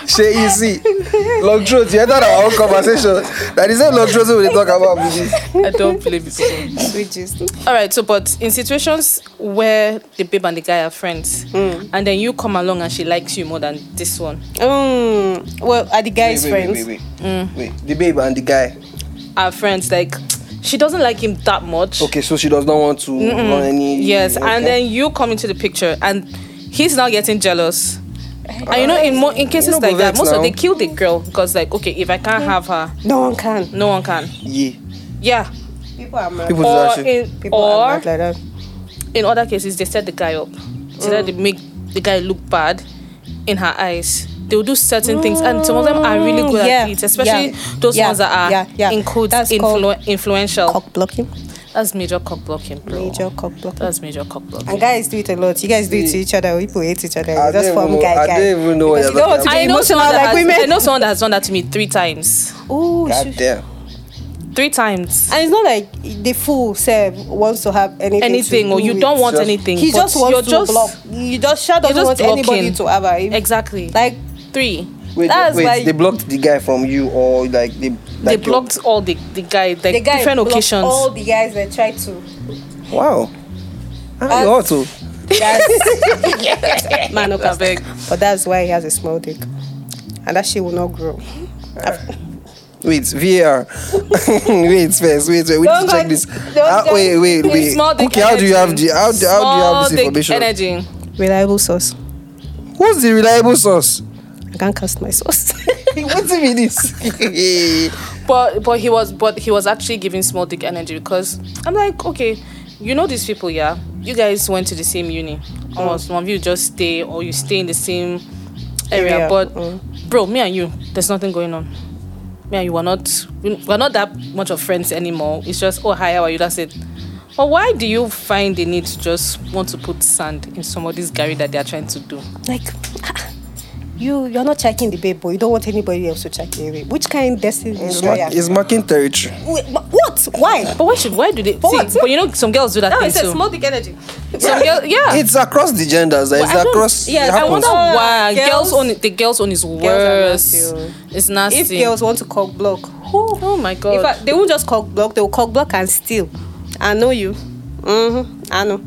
[SPEAKER 3] Shey, you see, long truth. You entered our own conversation. That is not long truth we dey talk about. be this.
[SPEAKER 1] I don't believe it.
[SPEAKER 4] Which is
[SPEAKER 1] All right, so but in situations where the babe and the guy are friends, and then you come along and she likes you more than this one,
[SPEAKER 4] um well are the guys
[SPEAKER 3] Wait,
[SPEAKER 4] friends?
[SPEAKER 3] wait, wait, wait.
[SPEAKER 1] Mm.
[SPEAKER 3] Wait, the babe and the guy.
[SPEAKER 1] are friends like she doesn't like him that much.
[SPEAKER 3] Okay, so she does not want to run any.
[SPEAKER 1] Yes, and
[SPEAKER 3] okay.
[SPEAKER 1] then you come into the picture and he's now getting jealous. And you know, in mo- in cases
[SPEAKER 3] no go
[SPEAKER 1] like that,
[SPEAKER 3] vex
[SPEAKER 1] most
[SPEAKER 3] now.
[SPEAKER 1] of they kill the girl because like, okay, if I can't have her,
[SPEAKER 4] No one can.
[SPEAKER 1] no one can.
[SPEAKER 3] yeah,
[SPEAKER 1] Yeah.
[SPEAKER 4] People are mad.
[SPEAKER 3] people do
[SPEAKER 1] Or
[SPEAKER 3] that shit.
[SPEAKER 1] in
[SPEAKER 4] People are
[SPEAKER 1] or
[SPEAKER 4] mad like that.
[SPEAKER 1] in other cases they set the guy up so that they make the guy look bad in her eyes they'll do certain things and some of them are really good
[SPEAKER 4] Yeah,
[SPEAKER 1] at it especially
[SPEAKER 4] yeah,
[SPEAKER 1] those
[SPEAKER 4] yeah,
[SPEAKER 1] ones that are
[SPEAKER 4] yeah, yeah.
[SPEAKER 1] in quotes
[SPEAKER 4] That's called
[SPEAKER 1] influ- influential
[SPEAKER 4] Cock blocking.
[SPEAKER 1] that's major cock blocking bro Uh,
[SPEAKER 4] Major cock blocking.
[SPEAKER 1] that's major cock blocking
[SPEAKER 4] And guys do it a lot. You guys do it to each other. People hate each other.
[SPEAKER 3] I
[SPEAKER 4] You just
[SPEAKER 3] don't
[SPEAKER 4] form
[SPEAKER 3] even know-
[SPEAKER 4] guy
[SPEAKER 3] I
[SPEAKER 4] guy.
[SPEAKER 3] don't even know what
[SPEAKER 4] Because
[SPEAKER 3] you're
[SPEAKER 4] you don't want to
[SPEAKER 3] talking
[SPEAKER 4] be
[SPEAKER 1] I know,
[SPEAKER 4] emotional
[SPEAKER 1] someone that
[SPEAKER 4] like
[SPEAKER 1] has, I
[SPEAKER 4] women.
[SPEAKER 1] know someone that has done that to me three times.
[SPEAKER 4] Ooh,
[SPEAKER 3] God damn.
[SPEAKER 1] Three times.
[SPEAKER 4] And it's not like the fool self wants to have anything.
[SPEAKER 1] Anything,
[SPEAKER 4] to
[SPEAKER 1] or
[SPEAKER 4] do
[SPEAKER 1] you
[SPEAKER 4] with-
[SPEAKER 1] don't want
[SPEAKER 3] Just-
[SPEAKER 1] anything.
[SPEAKER 4] He
[SPEAKER 1] but
[SPEAKER 4] just
[SPEAKER 1] you're
[SPEAKER 4] wants to
[SPEAKER 1] just-
[SPEAKER 4] block. You just Sha doesn't
[SPEAKER 1] just
[SPEAKER 4] want anybody
[SPEAKER 1] blocking.
[SPEAKER 4] to have her. If-
[SPEAKER 1] Exactly.
[SPEAKER 4] Like
[SPEAKER 1] three.
[SPEAKER 3] Wait,
[SPEAKER 4] That's
[SPEAKER 3] wait,
[SPEAKER 4] why-
[SPEAKER 3] they blocked the guy from you, or like they
[SPEAKER 1] they
[SPEAKER 3] like you-
[SPEAKER 1] blocked all the, the guy, like
[SPEAKER 4] the guy
[SPEAKER 1] different
[SPEAKER 4] blocked
[SPEAKER 1] occasions.
[SPEAKER 4] All the guys that try to.
[SPEAKER 3] Wow. Ah, you ought to.
[SPEAKER 4] That's man, no
[SPEAKER 1] I beg.
[SPEAKER 4] But that's why he has a small dick, and that shit will not grow.
[SPEAKER 3] Wait, VAR. wait first. Wait, wait. We need
[SPEAKER 4] Don't
[SPEAKER 3] to
[SPEAKER 4] go-
[SPEAKER 3] check this.
[SPEAKER 4] don't
[SPEAKER 3] Ah,
[SPEAKER 4] go-
[SPEAKER 3] wait, wait,
[SPEAKER 1] It's
[SPEAKER 3] wait.
[SPEAKER 1] small dick
[SPEAKER 3] Okay, how do you have
[SPEAKER 1] energy.
[SPEAKER 3] the how do, how do you have
[SPEAKER 1] Small
[SPEAKER 3] this
[SPEAKER 1] dick
[SPEAKER 3] information?
[SPEAKER 1] Energy.
[SPEAKER 4] Reliable source.
[SPEAKER 3] Who's the reliable source?
[SPEAKER 4] I can't cast my source.
[SPEAKER 3] What's it mean this?
[SPEAKER 1] But but he was but he was actually giving small dick energy because I'm like, okay, you know these people, yeah. You guys went to the same uni. Or
[SPEAKER 3] Mm.
[SPEAKER 1] some of you just stay or you stay in the same area.
[SPEAKER 4] Area,
[SPEAKER 1] But
[SPEAKER 4] mm.
[SPEAKER 1] bro, me and you, there's nothing going on. Me and you are not we- we're not that much of friends anymore. It's just oh hi, how are you? That's it. But why do you find the need to just want to put sand in somebody's garage that they are trying to do?
[SPEAKER 4] like ah, you, you're not checking the babe, but you don't want anybody else to check the babe. Which kind of destiny is
[SPEAKER 3] It's,
[SPEAKER 4] that?
[SPEAKER 3] mark,
[SPEAKER 4] yeah?
[SPEAKER 3] it's marking territory.
[SPEAKER 4] Wait, but What? Why?
[SPEAKER 1] But why should why do they?
[SPEAKER 4] For
[SPEAKER 1] see,
[SPEAKER 4] what?
[SPEAKER 1] but you know some girls do that thing too.
[SPEAKER 4] dick energy.
[SPEAKER 1] some girls, yeah.
[SPEAKER 3] It's across the genders. It's
[SPEAKER 1] I don't-
[SPEAKER 3] across. it
[SPEAKER 1] Yeah, I
[SPEAKER 3] happens.
[SPEAKER 1] wonder why
[SPEAKER 4] Girls-
[SPEAKER 1] girls, only the girls own is
[SPEAKER 4] are
[SPEAKER 1] worse.
[SPEAKER 4] nasty,
[SPEAKER 1] it's nasty.
[SPEAKER 4] If girls want to cock block, who?
[SPEAKER 1] oh my god.
[SPEAKER 4] In fact, they won't just cock block. They will cock block and steal. I know you. hmm I know.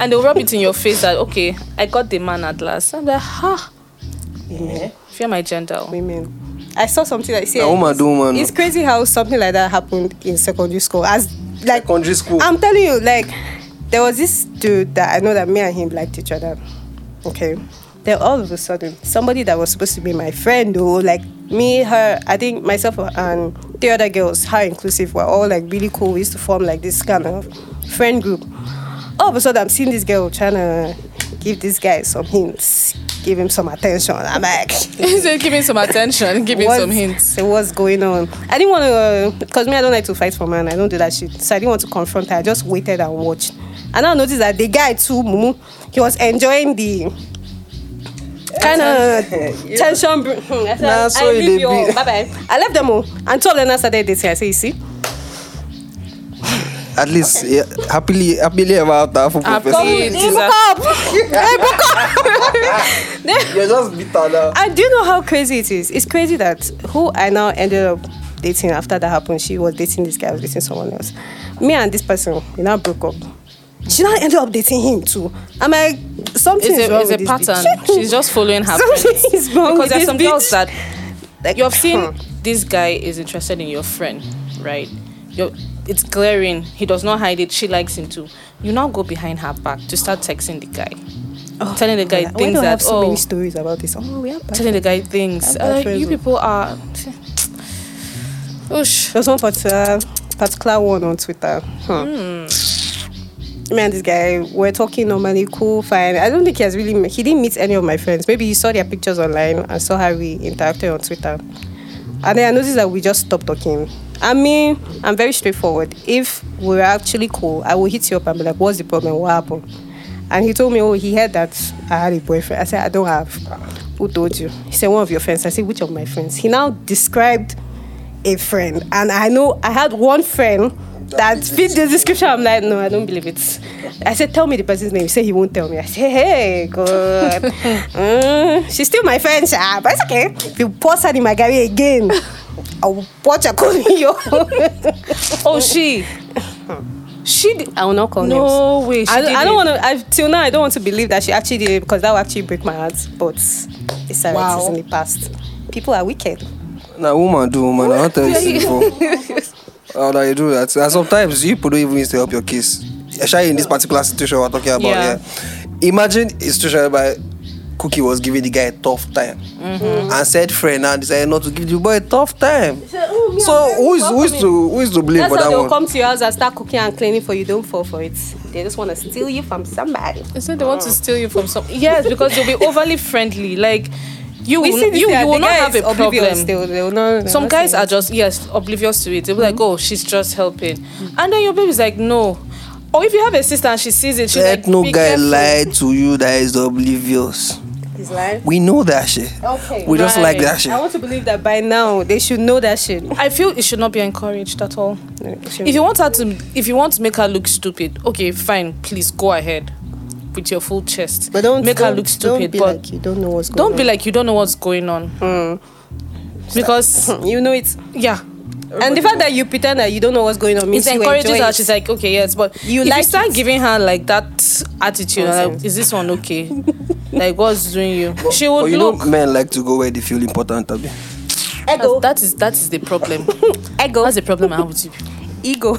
[SPEAKER 1] and they'll rub it in your face that okay, I got the man at last. I'm like, ha. Fear my gender.
[SPEAKER 4] women. I saw something like say
[SPEAKER 3] Na woman do woman,
[SPEAKER 4] It's
[SPEAKER 3] no.
[SPEAKER 4] crazy how something like that happened in secondary school. As like
[SPEAKER 3] Secondary school.
[SPEAKER 4] I'm telling you, like there was this dude that I know that me and him liked each other. Okay. Then all of a sudden, somebody that was supposed to be my friend, though, like me, her, I think myself and the other girls, her inclusive, were all like really cool. We used to form like this kind of friend group. All of a sudden, I'm seeing this girl trying to give this guy some hints, give him some attention. I'm like,
[SPEAKER 1] He said, give me some attention, give me
[SPEAKER 4] What's-
[SPEAKER 1] some hints.
[SPEAKER 4] So what's going on? I didn't want to, because me, I don't like to fight for man. I don't do that shit. So I didn't want to confront her. I just waited and watched. And I noticed that the guy too, Mumu, he was enjoying the kind of tension. br- Hmm, I said,
[SPEAKER 3] Nah, so
[SPEAKER 4] I
[SPEAKER 3] it
[SPEAKER 4] leave
[SPEAKER 3] dey
[SPEAKER 4] you all.
[SPEAKER 3] be.
[SPEAKER 4] Bye bye. I left them all. And two of them now started dating. I said, you see?
[SPEAKER 3] At least, yeah, happily, happily ever after for
[SPEAKER 1] Happy-
[SPEAKER 3] professor.
[SPEAKER 1] It
[SPEAKER 4] Oh, They
[SPEAKER 1] is
[SPEAKER 4] broke
[SPEAKER 1] a-
[SPEAKER 4] up. they broke up. They-
[SPEAKER 3] You're just bitter now.
[SPEAKER 4] I do know how crazy it is. It's crazy that who I now ended up dating after that happened, she was dating this guy, I was dating someone else. Me and this person, we now broke up. She now ended up dating him too. I'm like, something
[SPEAKER 1] It's
[SPEAKER 4] is
[SPEAKER 1] a,
[SPEAKER 4] wrong
[SPEAKER 1] it's
[SPEAKER 4] with
[SPEAKER 1] a
[SPEAKER 4] this
[SPEAKER 1] pattern.
[SPEAKER 4] bitch.
[SPEAKER 1] She's just following her
[SPEAKER 4] Something
[SPEAKER 1] friends.
[SPEAKER 4] is wrong
[SPEAKER 1] because
[SPEAKER 4] with
[SPEAKER 1] there's
[SPEAKER 4] this
[SPEAKER 1] some
[SPEAKER 4] bitch.
[SPEAKER 1] girls that
[SPEAKER 4] Like,
[SPEAKER 1] you've seen
[SPEAKER 4] hmm.
[SPEAKER 1] this guy is interested in your friend, right? You're, it's glaring. He does not hide it. She likes him too. You now go behind her back to start texting the guy, telling the guy
[SPEAKER 4] Why
[SPEAKER 1] things
[SPEAKER 4] do I
[SPEAKER 1] that
[SPEAKER 4] have so
[SPEAKER 1] oh,
[SPEAKER 4] many stories about this? Oh, we are bad.
[SPEAKER 1] telling the guy things.
[SPEAKER 4] I'm
[SPEAKER 1] I'm like,
[SPEAKER 4] paraphrasing.
[SPEAKER 1] you people are. Oosh.
[SPEAKER 4] uh, There's one particular, particular one on Twitter. Hmm. me and this guy were talking normally, cool, fine. I don't think he has really met, he didn't meet any of my friends. Maybe he saw their pictures online and saw how we interacted on Twitter. And then I noticed that we just stopped talking. I mean, I'm very straightforward. If we we're actually cool, I will hit you up and be like, "What's the problem? What happened?" And he told me, "Oh, he heard that I had a boyfriend." I said, "I don't have." Who told you? He said, "One of your friends." I said, "Which of my friends?" He now described a friend, and I know I had one friend that fit the description. I'm like, no, I don't believe it. I said, tell me the person's name. He said he won't tell me. I said, hey, God. Mm, she's still my friend, sha, but it's okay. If you post her in my gallery again, I will watch her call you.
[SPEAKER 1] Oh, she. She. Did,
[SPEAKER 4] I will not call names.
[SPEAKER 1] no way. She
[SPEAKER 4] I,
[SPEAKER 1] did
[SPEAKER 4] I don't
[SPEAKER 1] it.
[SPEAKER 4] want to. I till now I don't want to believe that she actually did it because that will actually break my heart. But it's alright.
[SPEAKER 1] Wow.
[SPEAKER 4] It's in the past. People are wicked.
[SPEAKER 3] Now, woman, do woman. I don't tell you this before. How that you do that? And sometimes you people don't even need to help your kids. Especially in this particular situation we're talking about
[SPEAKER 1] Yeah.
[SPEAKER 3] here. Imagine a situation where Cookie was giving the guy a tough time and said friend now decided not to give the boy a tough time. So who is who is to who is to blame
[SPEAKER 4] That's
[SPEAKER 3] for
[SPEAKER 4] how
[SPEAKER 3] that
[SPEAKER 4] they'll
[SPEAKER 3] one?
[SPEAKER 4] come to your house and start cooking and cleaning for you. Don't fall for it. They just want to steal you from somebody.
[SPEAKER 1] They said they want to steal you from some. Yes, because you'll be overly friendly. Like you,
[SPEAKER 4] We
[SPEAKER 1] will,
[SPEAKER 4] see this
[SPEAKER 1] you,
[SPEAKER 4] here,
[SPEAKER 1] you will
[SPEAKER 4] the
[SPEAKER 1] not
[SPEAKER 4] guy
[SPEAKER 1] have
[SPEAKER 4] is
[SPEAKER 1] a
[SPEAKER 4] oblivious
[SPEAKER 1] problem.
[SPEAKER 4] still, they will not-
[SPEAKER 1] Some
[SPEAKER 4] they're not
[SPEAKER 1] guys
[SPEAKER 4] saying
[SPEAKER 1] are just yes oblivious to it. They'll be like, oh, she's just helping,
[SPEAKER 3] Mm.
[SPEAKER 1] and then your baby's like, no. Or if you have a sister and she sees it, she's
[SPEAKER 3] Let
[SPEAKER 1] like,
[SPEAKER 3] no
[SPEAKER 1] be
[SPEAKER 3] guy
[SPEAKER 1] careful.
[SPEAKER 3] lie to you that is oblivious.
[SPEAKER 4] It's like-
[SPEAKER 3] We know that shit.
[SPEAKER 4] Okay.
[SPEAKER 3] We just like
[SPEAKER 1] Right.
[SPEAKER 3] that shit.
[SPEAKER 4] I want to believe that by now they should know that shit.
[SPEAKER 1] I feel it should not be encouraged at all. If
[SPEAKER 4] If
[SPEAKER 1] you want her to, if you want to make her look stupid, okay, fine. Please go ahead with your full chest.
[SPEAKER 4] but don't
[SPEAKER 1] make
[SPEAKER 4] don't,
[SPEAKER 1] her look
[SPEAKER 4] Don't
[SPEAKER 1] stupid.
[SPEAKER 4] be
[SPEAKER 1] but
[SPEAKER 4] like you Hmm. don't know what's going
[SPEAKER 1] don't
[SPEAKER 4] on.
[SPEAKER 1] be like you don't know what's going on. Because
[SPEAKER 4] like you know it.
[SPEAKER 1] yeah,
[SPEAKER 4] and the fact that you pretend that you don't know what's going on means
[SPEAKER 1] it
[SPEAKER 4] you
[SPEAKER 1] encourages
[SPEAKER 4] enjoy
[SPEAKER 1] her.
[SPEAKER 4] it.
[SPEAKER 1] She's like, okay, yes, but
[SPEAKER 4] You
[SPEAKER 1] if you
[SPEAKER 4] like
[SPEAKER 1] start
[SPEAKER 4] it.
[SPEAKER 1] giving her like that attitude, like,
[SPEAKER 4] Nonsense.
[SPEAKER 1] is this one okay? like, what's doing you? she
[SPEAKER 3] But
[SPEAKER 1] would
[SPEAKER 3] you
[SPEAKER 1] look.
[SPEAKER 3] know men like to go where they feel important. Abi.
[SPEAKER 4] ego,
[SPEAKER 1] That is that is the problem.
[SPEAKER 4] ego,
[SPEAKER 1] That's the problem I have with you.
[SPEAKER 4] ego.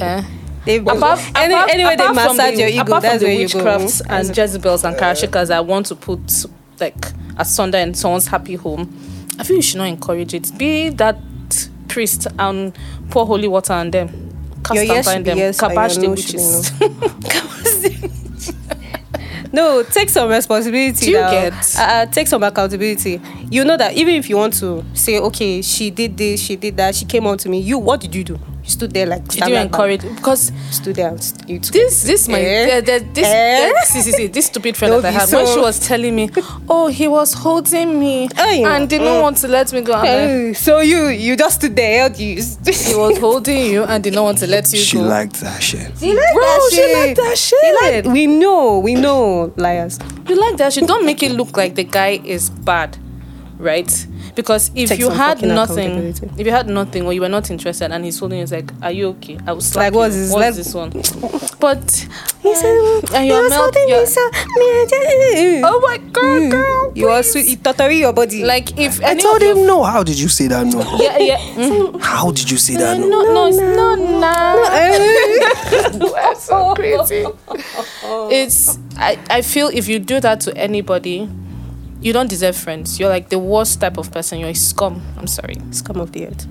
[SPEAKER 1] Eh?
[SPEAKER 4] They
[SPEAKER 1] Apart,
[SPEAKER 4] any,
[SPEAKER 1] apart,
[SPEAKER 4] anyway, they
[SPEAKER 1] apart from
[SPEAKER 4] massage
[SPEAKER 1] the-
[SPEAKER 4] your ego.
[SPEAKER 1] Apart
[SPEAKER 4] That's
[SPEAKER 1] from
[SPEAKER 4] where
[SPEAKER 1] the
[SPEAKER 4] you go.
[SPEAKER 1] witchcrafts and Jezebels and Karashikas I want to put like asunder in someone's happy home, I feel you should not encourage it. Be that priest and pour holy water on them. Cast
[SPEAKER 4] Your
[SPEAKER 1] and
[SPEAKER 4] yes
[SPEAKER 1] bind
[SPEAKER 4] should be
[SPEAKER 1] them.
[SPEAKER 4] yes, and
[SPEAKER 1] Kabash
[SPEAKER 4] your
[SPEAKER 1] the
[SPEAKER 4] no should be
[SPEAKER 1] witches.
[SPEAKER 4] No, take some responsibility.
[SPEAKER 1] Do you
[SPEAKER 4] now.
[SPEAKER 1] get?
[SPEAKER 4] Uh, uh, take some accountability. You know that even if you want to say, okay, she did this, she did that, she came on to me. You, what did you do? You stood there like
[SPEAKER 1] Did you encourage because
[SPEAKER 4] Stood there. And st- you took
[SPEAKER 1] this this my
[SPEAKER 4] Eh?
[SPEAKER 1] eh, the- this
[SPEAKER 4] Eh?
[SPEAKER 1] eh, see, see, see, this stupid friend
[SPEAKER 4] Don't
[SPEAKER 1] that I
[SPEAKER 4] be
[SPEAKER 1] had
[SPEAKER 4] so-
[SPEAKER 1] when she was telling me, oh he was holding me
[SPEAKER 4] Ay,
[SPEAKER 1] and didn't
[SPEAKER 4] mm.
[SPEAKER 1] want to let me go. I'm like,
[SPEAKER 4] Eh, so you you just stood there. held You.
[SPEAKER 1] he was holding you and did not want to let you
[SPEAKER 3] She
[SPEAKER 1] go.
[SPEAKER 3] liked that shit.
[SPEAKER 1] Bro, she like that shit.
[SPEAKER 4] Like, we know, we know, liars.
[SPEAKER 1] you like that shit. Don't make it look like the guy is bad, right? Because if
[SPEAKER 4] Take
[SPEAKER 1] you
[SPEAKER 4] some
[SPEAKER 1] had
[SPEAKER 4] fucking
[SPEAKER 1] nothing,
[SPEAKER 4] accountability.
[SPEAKER 1] if you had nothing or you were not interested, and he's holding you, it's like, are you okay? I will slap
[SPEAKER 4] Like,
[SPEAKER 1] you.
[SPEAKER 4] what's this? Like-
[SPEAKER 1] this one? But um,
[SPEAKER 4] He said,
[SPEAKER 1] and
[SPEAKER 4] he
[SPEAKER 1] you're
[SPEAKER 4] was
[SPEAKER 1] melt,
[SPEAKER 4] holding
[SPEAKER 1] you're,
[SPEAKER 4] me, so me, I just-
[SPEAKER 1] oh my god, girl,
[SPEAKER 4] you are sweet. You tottering your body.
[SPEAKER 1] like if
[SPEAKER 3] I
[SPEAKER 1] any
[SPEAKER 3] told
[SPEAKER 1] of your-
[SPEAKER 3] him no. How did you say that no?
[SPEAKER 1] yeah, yeah, mm.
[SPEAKER 3] How did you say that
[SPEAKER 1] no,
[SPEAKER 3] no?
[SPEAKER 1] no, it's no, no, Uh,
[SPEAKER 4] Eh,
[SPEAKER 1] so crazy. It's I, I feel if you do that to anybody, you don't deserve friends. You're like the worst type of person. You're a scum. I'm sorry.
[SPEAKER 4] scum of the earth.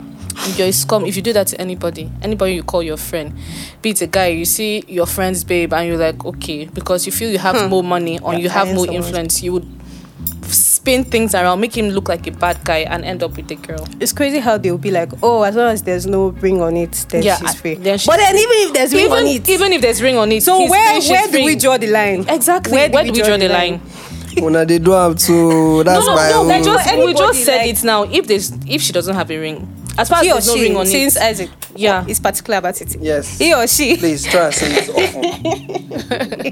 [SPEAKER 1] You're a scum. If you do that to anybody, anybody you call your friend, be it a guy, you see your friend's babe and you're like, okay, because you feel you have more money or
[SPEAKER 4] Hmm. Yeah,
[SPEAKER 1] you have
[SPEAKER 4] I am
[SPEAKER 1] more
[SPEAKER 4] so much.
[SPEAKER 1] influence, you would spin things around, make him look like a bad guy and end up with the girl.
[SPEAKER 4] it's crazy how they'll be like, oh, as long as there's no ring on it, then
[SPEAKER 1] Yeah,
[SPEAKER 4] she's
[SPEAKER 1] I-
[SPEAKER 4] free.
[SPEAKER 1] then she's
[SPEAKER 4] but then even if there's ring on
[SPEAKER 1] Even,
[SPEAKER 4] it,
[SPEAKER 1] even if there's ring on it.
[SPEAKER 4] so
[SPEAKER 1] he's
[SPEAKER 4] where
[SPEAKER 1] free, she's
[SPEAKER 4] where do we
[SPEAKER 1] free.
[SPEAKER 4] draw the line?
[SPEAKER 1] Exactly. Where do, we, draw the line?
[SPEAKER 3] Una they do have to. That's
[SPEAKER 1] no,
[SPEAKER 3] my
[SPEAKER 1] no,
[SPEAKER 3] own.
[SPEAKER 1] we just, we
[SPEAKER 4] Anybody,
[SPEAKER 1] just said
[SPEAKER 4] like-
[SPEAKER 1] it now. If there's if she doesn't have a ring, as far as
[SPEAKER 4] He or
[SPEAKER 1] there's no
[SPEAKER 4] she,
[SPEAKER 1] ring on
[SPEAKER 4] since
[SPEAKER 1] it,
[SPEAKER 4] Isaac,
[SPEAKER 1] Yeah.
[SPEAKER 4] is particular about it.
[SPEAKER 3] Yes.
[SPEAKER 4] He or she.
[SPEAKER 3] Please try and say it often.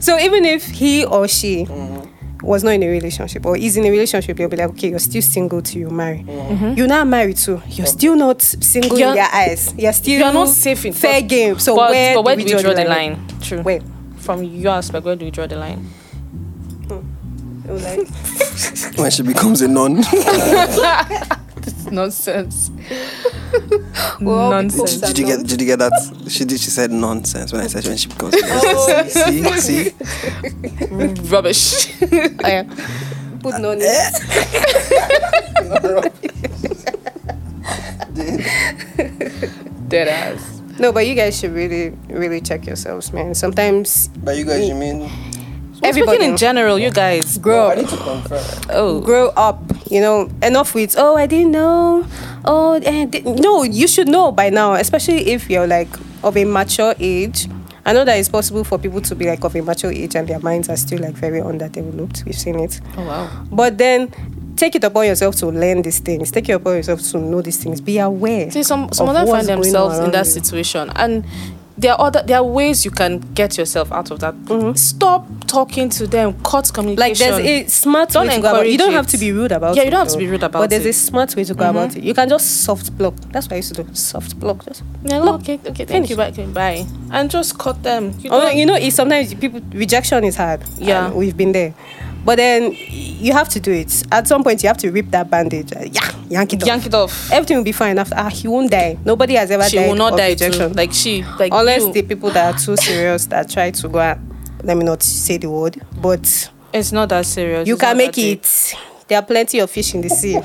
[SPEAKER 4] So even if he or she
[SPEAKER 1] Mm-hmm.
[SPEAKER 4] was not in a relationship or is in a relationship, you'll be like, okay, you're still single till you marry. You're not married too. You're still not single
[SPEAKER 1] Mm-hmm. You're-
[SPEAKER 4] in their eyes. You're still
[SPEAKER 1] you're not safe in
[SPEAKER 4] fair game. So
[SPEAKER 1] but,
[SPEAKER 4] where,
[SPEAKER 1] but where
[SPEAKER 4] do we draw the line?
[SPEAKER 1] True.
[SPEAKER 4] Where?
[SPEAKER 1] From your aspect, where do we draw the line?
[SPEAKER 4] Like,
[SPEAKER 3] when she becomes a nun.
[SPEAKER 1] Nonsense.
[SPEAKER 4] all
[SPEAKER 1] Nonsense.
[SPEAKER 4] people-
[SPEAKER 3] did you get? Did you get that? She did. She said nonsense when I said when she becomes. A
[SPEAKER 1] Oh.
[SPEAKER 3] nun. see, see, see.
[SPEAKER 1] Rubbish.
[SPEAKER 4] I am. Put no name.
[SPEAKER 1] Eh? Dead ass.
[SPEAKER 4] No, but you guys should really, really check yourselves, man. Sometimes
[SPEAKER 3] But you guys, you mean?
[SPEAKER 4] Everybody.
[SPEAKER 1] Everybody in general, you guys.
[SPEAKER 4] grow
[SPEAKER 3] I
[SPEAKER 4] up.
[SPEAKER 3] need to confirm.
[SPEAKER 1] Oh,
[SPEAKER 4] Grow up, you know, enough with, oh, I didn't know. Oh, eh, di- no, you should know by now, especially if you're like of a mature age. I know that it's possible for people to be like of a mature age and their minds are still like very underdeveloped. We've seen it.
[SPEAKER 1] oh wow.
[SPEAKER 4] But then take it upon yourself to learn these things. Take it upon yourself to know these things. Be aware.
[SPEAKER 1] See, some some
[SPEAKER 4] of
[SPEAKER 1] other find
[SPEAKER 4] what's going
[SPEAKER 1] themselves
[SPEAKER 4] on
[SPEAKER 1] in that
[SPEAKER 4] around you.
[SPEAKER 1] situation, and there are other there are ways you can get yourself out of that. Stop talking to them. Cut
[SPEAKER 4] Like
[SPEAKER 1] communication.
[SPEAKER 4] there's a smart
[SPEAKER 1] Don't
[SPEAKER 4] way to go about it. You don't
[SPEAKER 1] encourage
[SPEAKER 4] have
[SPEAKER 1] it.
[SPEAKER 4] to be rude about it.
[SPEAKER 1] Yeah, you don't have to
[SPEAKER 4] though.
[SPEAKER 1] be rude about
[SPEAKER 4] But there's a
[SPEAKER 1] it. Mm-hmm.
[SPEAKER 4] smart way to go about it. You can just soft block. That's what I used to do. Soft block. Just
[SPEAKER 1] Yeah, no, okay, okay. Thank
[SPEAKER 4] Finish.
[SPEAKER 1] you. Bye, okay, bye. And just cut them. You
[SPEAKER 4] Oh,
[SPEAKER 1] don't-
[SPEAKER 4] you know, it's sometimes people rejection is hard.
[SPEAKER 1] Yeah.
[SPEAKER 4] And we've been there. But then you have to do it. At some point, you have to rip that bandage. uh, Yeah, yank it off.
[SPEAKER 1] yank it off.
[SPEAKER 4] Everything will be fine after. Ah, he won't die. Nobody has ever
[SPEAKER 1] She
[SPEAKER 4] died
[SPEAKER 1] will not
[SPEAKER 4] of
[SPEAKER 1] die too.
[SPEAKER 4] rejection.
[SPEAKER 1] Like she, like
[SPEAKER 4] Unless
[SPEAKER 1] you.
[SPEAKER 4] the people that are too serious that try to go and let me not say the word, but
[SPEAKER 1] it's not that serious.
[SPEAKER 4] you
[SPEAKER 1] It's not
[SPEAKER 4] can make
[SPEAKER 1] that deep.
[SPEAKER 4] it. There are plenty of fish in the sea.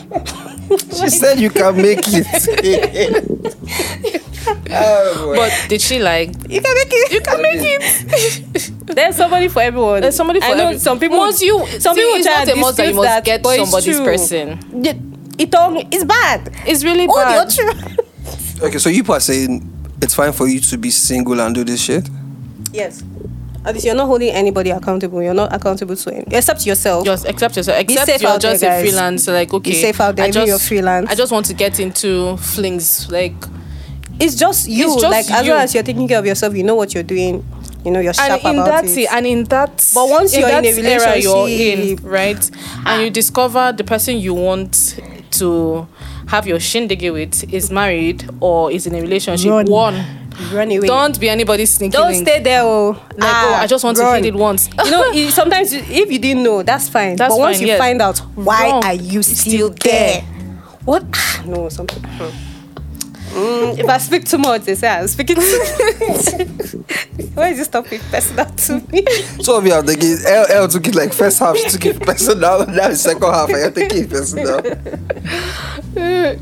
[SPEAKER 3] She said you can make it. oh, boy.
[SPEAKER 1] But did she like?
[SPEAKER 4] You can make it. You can make it. There's somebody for everyone.
[SPEAKER 1] There's somebody for
[SPEAKER 4] I know
[SPEAKER 1] every-
[SPEAKER 4] some people.
[SPEAKER 1] Once you-
[SPEAKER 4] some
[SPEAKER 1] see,
[SPEAKER 4] people
[SPEAKER 1] it's
[SPEAKER 4] try
[SPEAKER 1] not
[SPEAKER 4] and
[SPEAKER 1] a must that you
[SPEAKER 4] dispute
[SPEAKER 1] must get
[SPEAKER 4] but it's
[SPEAKER 1] somebody's
[SPEAKER 4] true.
[SPEAKER 1] person.
[SPEAKER 4] Yeah, It all is bad.
[SPEAKER 1] It's really
[SPEAKER 4] All
[SPEAKER 1] bad.
[SPEAKER 4] Oh, the other-
[SPEAKER 3] okay, so you people are saying it's fine for you to be single and do this shit.
[SPEAKER 4] yes. At least you're not holding anybody accountable. You're not accountable to any, except yourself.
[SPEAKER 1] just accept yourself. Except
[SPEAKER 4] safe
[SPEAKER 1] you're
[SPEAKER 4] out there,
[SPEAKER 1] just a
[SPEAKER 4] guys.
[SPEAKER 1] freelance. Like okay,
[SPEAKER 4] safe out there,
[SPEAKER 1] I
[SPEAKER 4] do
[SPEAKER 1] just,
[SPEAKER 4] your freelance.
[SPEAKER 1] I just want to get into flings. Like
[SPEAKER 4] it's just you.
[SPEAKER 1] It's just
[SPEAKER 4] like as
[SPEAKER 1] you.
[SPEAKER 4] long as you're taking care of yourself, you know what you're doing. You know you're
[SPEAKER 1] and
[SPEAKER 4] sharp
[SPEAKER 1] in
[SPEAKER 4] about
[SPEAKER 1] that
[SPEAKER 4] it.
[SPEAKER 1] and in that.
[SPEAKER 4] But once you're in
[SPEAKER 1] that
[SPEAKER 4] a
[SPEAKER 1] era you're in,
[SPEAKER 4] relationship-
[SPEAKER 1] right, and you discover the person you want to have your shindig with is married or is in a relationship.
[SPEAKER 4] Run.
[SPEAKER 1] One,
[SPEAKER 4] Run away.
[SPEAKER 1] don't be anybody sneaking.
[SPEAKER 4] Don't
[SPEAKER 1] in.
[SPEAKER 4] stay there. Oh,
[SPEAKER 1] Like, oh, I just want to hit it once.
[SPEAKER 4] you know, it, sometimes you- if you didn't know, that's fine.
[SPEAKER 1] That's
[SPEAKER 4] but once
[SPEAKER 1] fine,
[SPEAKER 4] you
[SPEAKER 1] yes.
[SPEAKER 4] find out, why
[SPEAKER 1] Wrong.
[SPEAKER 4] are you
[SPEAKER 1] It's
[SPEAKER 4] still
[SPEAKER 1] still
[SPEAKER 4] there?
[SPEAKER 1] there.
[SPEAKER 4] What? Ah, no, something. hmm. Mm, if I speak too much, they say I'm speaking too much. Why is this topic personal to me?
[SPEAKER 3] Two of you are taking L, L took it like first half, she took it personal. Now the second half, I am taking it personal.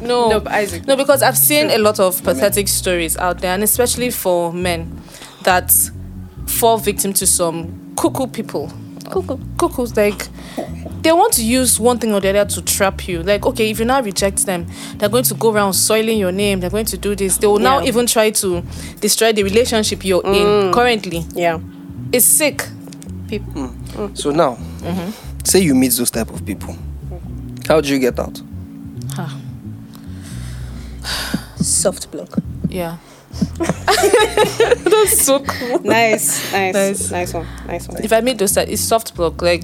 [SPEAKER 1] no,
[SPEAKER 4] No, but Isaac-
[SPEAKER 1] no, because I've seen a lot of pathetic stories out there, and especially for men that fall victim to some cuckoo people. Cuckoo. Cuckoos, like they want to use one thing or the other to trap you. Like, okay, if you now reject them, they're going to go around soiling your name. They're going to do this. They will now
[SPEAKER 4] Yeah.
[SPEAKER 1] even try to destroy the relationship you're in currently.
[SPEAKER 4] Yeah.
[SPEAKER 1] It's sick.
[SPEAKER 3] So now,
[SPEAKER 4] Mm-hmm.
[SPEAKER 3] say you meet those type of people. How do you get out?
[SPEAKER 4] Soft block.
[SPEAKER 1] Yeah. That's so cool.
[SPEAKER 4] Nice, nice, nice,
[SPEAKER 1] Nice.
[SPEAKER 4] one, nice one.
[SPEAKER 1] If I meet those, that it's soft block. Like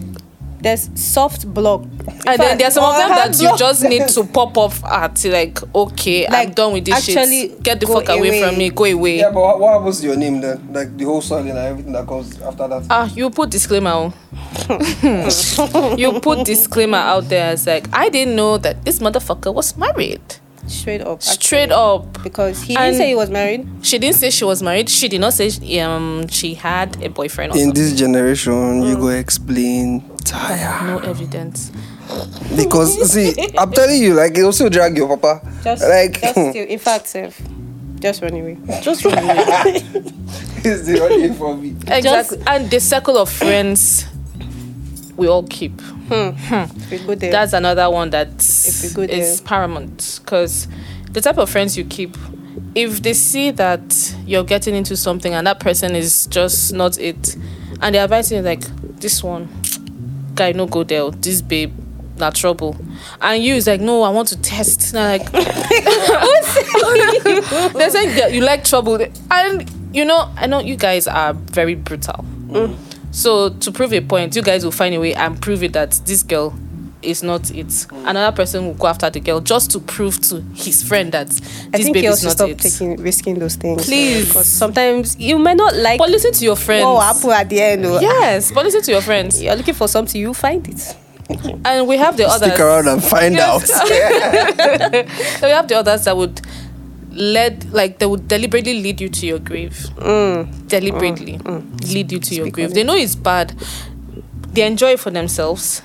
[SPEAKER 4] There's soft block,
[SPEAKER 1] And then Ah, there are some of them that you
[SPEAKER 4] Block.
[SPEAKER 1] just need to pop off at, like, okay,
[SPEAKER 4] Like,
[SPEAKER 1] I'm done with this
[SPEAKER 4] actually
[SPEAKER 1] shit. Get the
[SPEAKER 4] go
[SPEAKER 1] fuck away,
[SPEAKER 4] away.
[SPEAKER 1] from me, go away.
[SPEAKER 3] Yeah, but what, what happens to your name then? Like the whole song and everything that comes after that.
[SPEAKER 1] Ah, you put disclaimer. oh. you put disclaimer out there as like, I didn't know that this motherfucker was married.
[SPEAKER 4] straight up,
[SPEAKER 1] Straight
[SPEAKER 4] actually.
[SPEAKER 1] up,
[SPEAKER 4] because he didn't
[SPEAKER 1] And-
[SPEAKER 4] say he was married.
[SPEAKER 1] she didn't say she was married. She did not say she, um she had a boyfriend. Or
[SPEAKER 3] In
[SPEAKER 1] something.
[SPEAKER 3] this generation, you go explain tire.
[SPEAKER 1] No evidence.
[SPEAKER 3] because see i'm telling you like it also drag your papa
[SPEAKER 4] Just
[SPEAKER 3] like
[SPEAKER 4] just still, in fact, Sef, just run away. Just run away.
[SPEAKER 3] it's the only for me
[SPEAKER 1] Exactly. and the circle of friends we all keep.
[SPEAKER 4] If we go there,
[SPEAKER 1] that's another one that
[SPEAKER 4] If
[SPEAKER 1] is
[SPEAKER 4] we go there.
[SPEAKER 1] paramount because the type of friends you keep if they see that you're getting into something and that person is just not it and they're advising you like this one guy no go there oh, this babe not trouble and you is like no i want to test and I'm like they're saying that you like trouble and you know i know you guys are very brutal
[SPEAKER 4] Mm.
[SPEAKER 1] so to prove a point, you guys will find a way and prove it that this girl is not it. Another person will go after the girl just to prove to his friend that this
[SPEAKER 4] I think
[SPEAKER 1] baby
[SPEAKER 4] you
[SPEAKER 1] is
[SPEAKER 4] also
[SPEAKER 1] not
[SPEAKER 4] stop
[SPEAKER 1] it.
[SPEAKER 4] taking risking those things.
[SPEAKER 1] Please.
[SPEAKER 4] because sometimes you may not like
[SPEAKER 1] But listen to your friends.
[SPEAKER 4] what will happen at the end. oh.
[SPEAKER 1] Yes, but listen to your friends.
[SPEAKER 4] You're looking for something, you find it.
[SPEAKER 1] And we have the others.
[SPEAKER 3] stick around and find
[SPEAKER 1] Yes.
[SPEAKER 3] out
[SPEAKER 1] We have the others that would lead, like they would deliberately lead you to your grave. Deliberately lead you to your
[SPEAKER 4] Mm. Speak on
[SPEAKER 1] grave.
[SPEAKER 4] it.
[SPEAKER 1] They know it's bad. They enjoy it for themselves.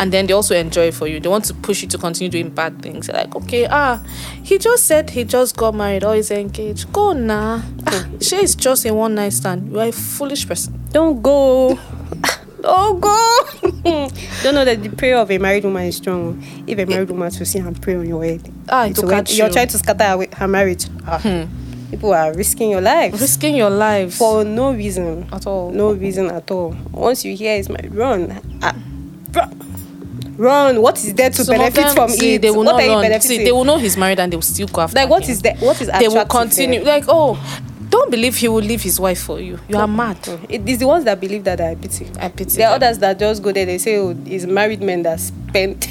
[SPEAKER 1] and then they also enjoy it for you. They want to push you to continue doing bad things. They're like, okay, ah, he just said he just got married or he's engaged. Go now. Ah,
[SPEAKER 4] Mm.
[SPEAKER 1] she is just a one night stand. You are a foolish person.
[SPEAKER 4] Don't go. Don't go. Don't know that the prayer of a married woman is strong. If a married woman to see and pray on your head,
[SPEAKER 1] Ah,
[SPEAKER 4] it
[SPEAKER 1] to
[SPEAKER 4] will-
[SPEAKER 1] catch
[SPEAKER 4] you're
[SPEAKER 1] you. Hmm.
[SPEAKER 4] trying to scatter her, her marriage. Ah, People are risking your life
[SPEAKER 1] Risking your life
[SPEAKER 4] for no reason.
[SPEAKER 1] at all.
[SPEAKER 4] No reason at all. Once you hear it's my run, ah, run. run. What is there to
[SPEAKER 1] Some of
[SPEAKER 4] benefit
[SPEAKER 1] them,
[SPEAKER 4] from
[SPEAKER 1] see,
[SPEAKER 4] it?
[SPEAKER 1] They will
[SPEAKER 4] what
[SPEAKER 1] not
[SPEAKER 4] are you
[SPEAKER 1] run.
[SPEAKER 4] benefiting?
[SPEAKER 1] See, they will know he's married and they will still go after
[SPEAKER 4] like what
[SPEAKER 1] him.
[SPEAKER 4] is that? What is
[SPEAKER 1] They will
[SPEAKER 4] attractive
[SPEAKER 1] continue.
[SPEAKER 4] there?
[SPEAKER 1] Like, oh, don't believe he will leave his wife for you. You are mad.
[SPEAKER 4] Hmm. It is the ones that believe that Oh. I pity.
[SPEAKER 1] I pity
[SPEAKER 4] There are
[SPEAKER 1] them.
[SPEAKER 4] others that just go there. They say oh, it's married men that spend.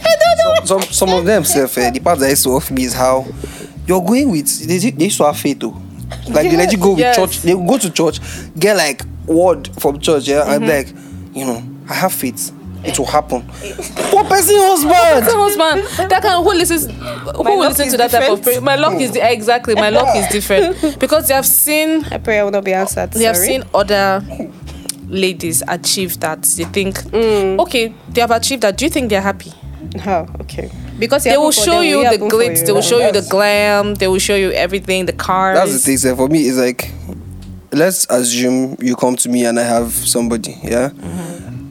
[SPEAKER 3] Some some of them self uh, the part that is off me is how you're going with they they used to have faith though. Like they let you go with
[SPEAKER 1] Yes, yes.
[SPEAKER 3] church, they go to church, get like word from church, yeah, and be like, you know, I have faith. It will happen. What person husband?
[SPEAKER 1] Someone's man that kind who listens who will
[SPEAKER 4] luck
[SPEAKER 1] listen
[SPEAKER 4] is
[SPEAKER 1] to that type of
[SPEAKER 4] different. Oh.
[SPEAKER 1] prayer. My luck is di- exactly my luck is different because they have seen
[SPEAKER 4] My prayer will not be answered.
[SPEAKER 1] they have
[SPEAKER 4] sorry.
[SPEAKER 1] seen other ladies achieve that. They think
[SPEAKER 4] Mm.
[SPEAKER 1] okay, they have achieved that. Do you think they're happy?
[SPEAKER 4] Oh, okay. Because it
[SPEAKER 1] they will
[SPEAKER 4] happened for
[SPEAKER 1] show
[SPEAKER 4] them,
[SPEAKER 1] you
[SPEAKER 4] it
[SPEAKER 1] the
[SPEAKER 4] happened for
[SPEAKER 1] glitz.
[SPEAKER 4] you.
[SPEAKER 1] They will
[SPEAKER 4] Like,
[SPEAKER 1] show you the glam. They will show you everything. The cars.
[SPEAKER 3] That's the thing, sir. For me, it's like let's assume you come to me and I have somebody, yeah?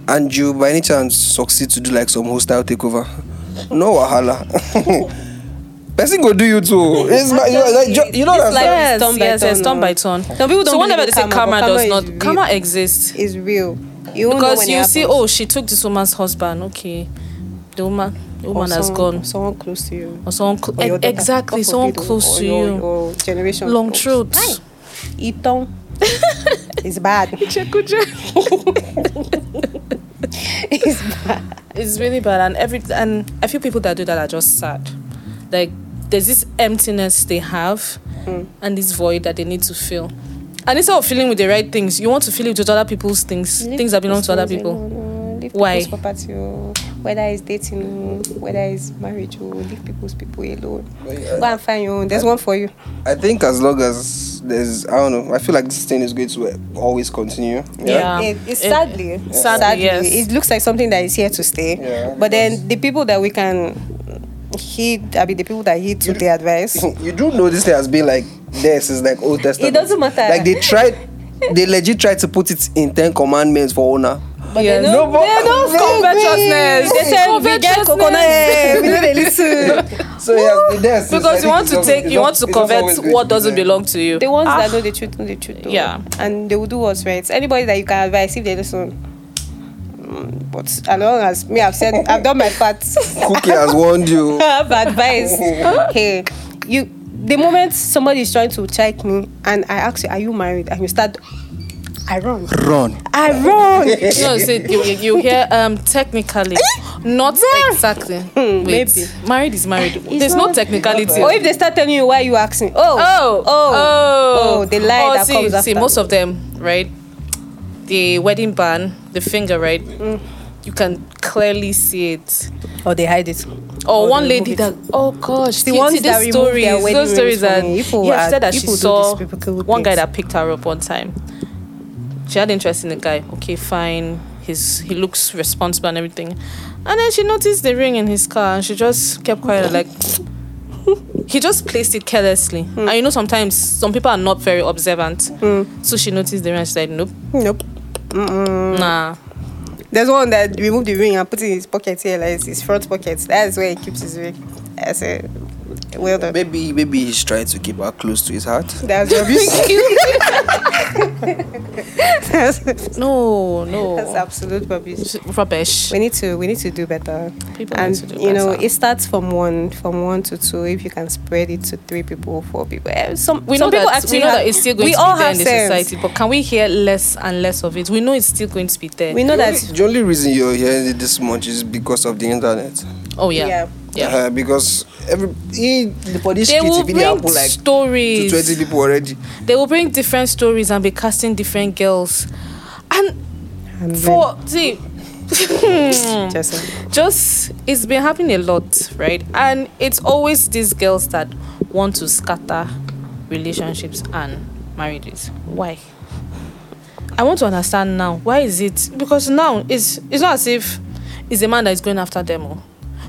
[SPEAKER 3] And you by any chance succeed to do like some hostile takeover. No wahala. Person go do you too. It's my, you, know, like, you- you know what
[SPEAKER 4] It's
[SPEAKER 3] I'm
[SPEAKER 4] like-
[SPEAKER 1] Yes,
[SPEAKER 3] saying?
[SPEAKER 4] turn by
[SPEAKER 1] yes,
[SPEAKER 4] turn
[SPEAKER 1] yes, turn
[SPEAKER 4] now.
[SPEAKER 1] by turn.
[SPEAKER 4] Some people don't
[SPEAKER 1] so whenever
[SPEAKER 4] believe
[SPEAKER 1] they say
[SPEAKER 4] in
[SPEAKER 1] karma,
[SPEAKER 4] karma, but
[SPEAKER 1] does
[SPEAKER 4] karma
[SPEAKER 1] not,
[SPEAKER 4] is
[SPEAKER 1] karma exists
[SPEAKER 4] It's real. You won't know
[SPEAKER 1] because
[SPEAKER 4] when
[SPEAKER 1] you
[SPEAKER 4] it
[SPEAKER 1] see,
[SPEAKER 4] happens.
[SPEAKER 1] oh, she took this woman's husband. Okay, the woman, the
[SPEAKER 4] Or
[SPEAKER 1] woman has
[SPEAKER 4] someone-
[SPEAKER 1] gone,
[SPEAKER 4] Someone close to you.
[SPEAKER 1] or someone cl-
[SPEAKER 4] or your
[SPEAKER 1] e-
[SPEAKER 4] daughter,
[SPEAKER 1] exactly,
[SPEAKER 4] God
[SPEAKER 1] someone
[SPEAKER 4] forbid, or-
[SPEAKER 1] close
[SPEAKER 4] or
[SPEAKER 1] to
[SPEAKER 4] your-
[SPEAKER 1] you.
[SPEAKER 4] Your generation.
[SPEAKER 1] Long
[SPEAKER 4] close.
[SPEAKER 1] truths.
[SPEAKER 4] Iton. it's bad. it's bad.
[SPEAKER 1] It's really bad, and every and I feel people that do that are just sad. Like there's this emptiness they have,
[SPEAKER 4] Mm.
[SPEAKER 1] and this void that they need to fill. And instead of feeling with the right things, you want to fill it with other people's things, things that belong to other people.
[SPEAKER 4] Leave
[SPEAKER 1] Why?
[SPEAKER 4] people's property, oh, whether it's dating, oh, whether it's marriage, oh, leave people's people alone. Go and find your own. There's one for you.
[SPEAKER 3] I think as long as there's, I don't know, I feel like this thing is going to always continue.
[SPEAKER 1] Yeah.
[SPEAKER 4] It, it's
[SPEAKER 1] It-
[SPEAKER 4] sadly,
[SPEAKER 1] sadly,
[SPEAKER 4] sadly,
[SPEAKER 1] yes.
[SPEAKER 4] it looks like something that is here to stay.
[SPEAKER 3] Yeah,
[SPEAKER 4] but then the people that we can heed, I mean, the people that heed to the advice.
[SPEAKER 3] You do know this thing has been like this is like Old Testament.
[SPEAKER 4] doesn't matter.
[SPEAKER 3] Like they tried, they legit tried to put it in Ten Commandments for honor.
[SPEAKER 4] But
[SPEAKER 1] Yes.
[SPEAKER 4] they
[SPEAKER 1] No,
[SPEAKER 4] don't,
[SPEAKER 3] but-
[SPEAKER 4] they don't
[SPEAKER 1] Covetousness.
[SPEAKER 4] They said we get
[SPEAKER 1] Covetousness.
[SPEAKER 4] coconut. eh, we don't dey listen.
[SPEAKER 3] So yeah, this
[SPEAKER 1] because you want to take you want to covet what doesn't belong to you
[SPEAKER 4] The ones
[SPEAKER 1] Ah,
[SPEAKER 4] that know the truth know the truth. Though.
[SPEAKER 1] Yeah.
[SPEAKER 4] and they will do what's right. Anybody that you can advise if they listen. Mm, But as long as me, I've said I've done my part.
[SPEAKER 3] Cookie has warned you.
[SPEAKER 4] have advice. hey, you. The moment somebody is trying to check me and I ask you, "Are you married?" and you start, I run.
[SPEAKER 3] Run.
[SPEAKER 4] I run.
[SPEAKER 1] you know say you, you you hear um technically not exactly
[SPEAKER 4] Hmm,
[SPEAKER 1] Wait,
[SPEAKER 4] maybe.
[SPEAKER 1] married is married there's no
[SPEAKER 4] not-
[SPEAKER 1] technicality
[SPEAKER 4] or if they start telling you why you asking, oh,
[SPEAKER 1] oh
[SPEAKER 4] oh,
[SPEAKER 1] oh
[SPEAKER 4] the lie
[SPEAKER 1] Oh,
[SPEAKER 4] that
[SPEAKER 1] see,
[SPEAKER 4] comes
[SPEAKER 1] see
[SPEAKER 4] after.
[SPEAKER 1] most of them right the wedding band the finger right
[SPEAKER 4] Mm.
[SPEAKER 1] you can clearly see it
[SPEAKER 4] or they hide it.
[SPEAKER 1] or
[SPEAKER 4] Or
[SPEAKER 1] one
[SPEAKER 4] they
[SPEAKER 1] lady
[SPEAKER 4] remove
[SPEAKER 1] that
[SPEAKER 4] it.
[SPEAKER 1] oh gosh
[SPEAKER 4] The
[SPEAKER 1] see-
[SPEAKER 4] ones
[SPEAKER 1] see
[SPEAKER 4] that
[SPEAKER 1] these
[SPEAKER 4] remove their
[SPEAKER 1] stories
[SPEAKER 4] wedding
[SPEAKER 1] those
[SPEAKER 4] rings
[SPEAKER 1] stories
[SPEAKER 4] for
[SPEAKER 1] that
[SPEAKER 4] me, people
[SPEAKER 1] yeah, she
[SPEAKER 4] are-
[SPEAKER 1] said that she
[SPEAKER 4] people do
[SPEAKER 1] saw
[SPEAKER 4] these people
[SPEAKER 1] one guy
[SPEAKER 4] things.
[SPEAKER 1] that picked her up one time she had interest in the guy okay fine he's he looks responsible and everything and then she noticed the ring in his car and she just kept quiet like he just placed it carelessly
[SPEAKER 4] Hmm.
[SPEAKER 1] and you know sometimes some people are not very observant so she noticed the ring and she said nope
[SPEAKER 4] Nope. Mm-mm.
[SPEAKER 1] nah
[SPEAKER 4] There's one that removed the ring and put it in his pocket here, like it's his front pocket. That's where he keeps his ring. I said, well done.
[SPEAKER 3] Maybe maybe he's trying to keep her close to his heart.
[SPEAKER 4] That's your big that's, that's
[SPEAKER 1] no no
[SPEAKER 4] absolute rubbish.
[SPEAKER 1] rubbish
[SPEAKER 4] We need to we need to do better.
[SPEAKER 1] People
[SPEAKER 4] and
[SPEAKER 1] need to do
[SPEAKER 4] you know,
[SPEAKER 1] better.
[SPEAKER 4] it starts from one from one to two. If you can spread it to three people, four people. Eh, Some
[SPEAKER 1] we
[SPEAKER 4] some
[SPEAKER 1] know
[SPEAKER 4] people
[SPEAKER 1] that we
[SPEAKER 4] actually
[SPEAKER 1] know
[SPEAKER 4] have-
[SPEAKER 1] that it's still going
[SPEAKER 4] we
[SPEAKER 1] to
[SPEAKER 4] all
[SPEAKER 1] be there
[SPEAKER 4] have
[SPEAKER 1] in the
[SPEAKER 4] sense.
[SPEAKER 1] society, but can we hear less and less of it? We know it's still going to be there.
[SPEAKER 4] We know
[SPEAKER 3] The
[SPEAKER 4] that
[SPEAKER 3] only- the only reason you're hearing it this much is because of the internet.
[SPEAKER 1] oh yeah,
[SPEAKER 4] Yeah.
[SPEAKER 1] yeah.
[SPEAKER 3] Uh, because every in, for this
[SPEAKER 1] They
[SPEAKER 3] street,
[SPEAKER 1] will
[SPEAKER 3] it really
[SPEAKER 1] bring
[SPEAKER 3] happened like to
[SPEAKER 1] stories.
[SPEAKER 3] twenty people already.
[SPEAKER 1] They will bring different stories and be casting different girls, and,
[SPEAKER 4] And
[SPEAKER 1] for see,
[SPEAKER 4] then just-
[SPEAKER 1] just it's been happening a lot, right? And it's always these girls that want to scatter relationships and marriages. Why? I want to understand now. Why is it? Because now it's it's not as if is a man that is going after them. all.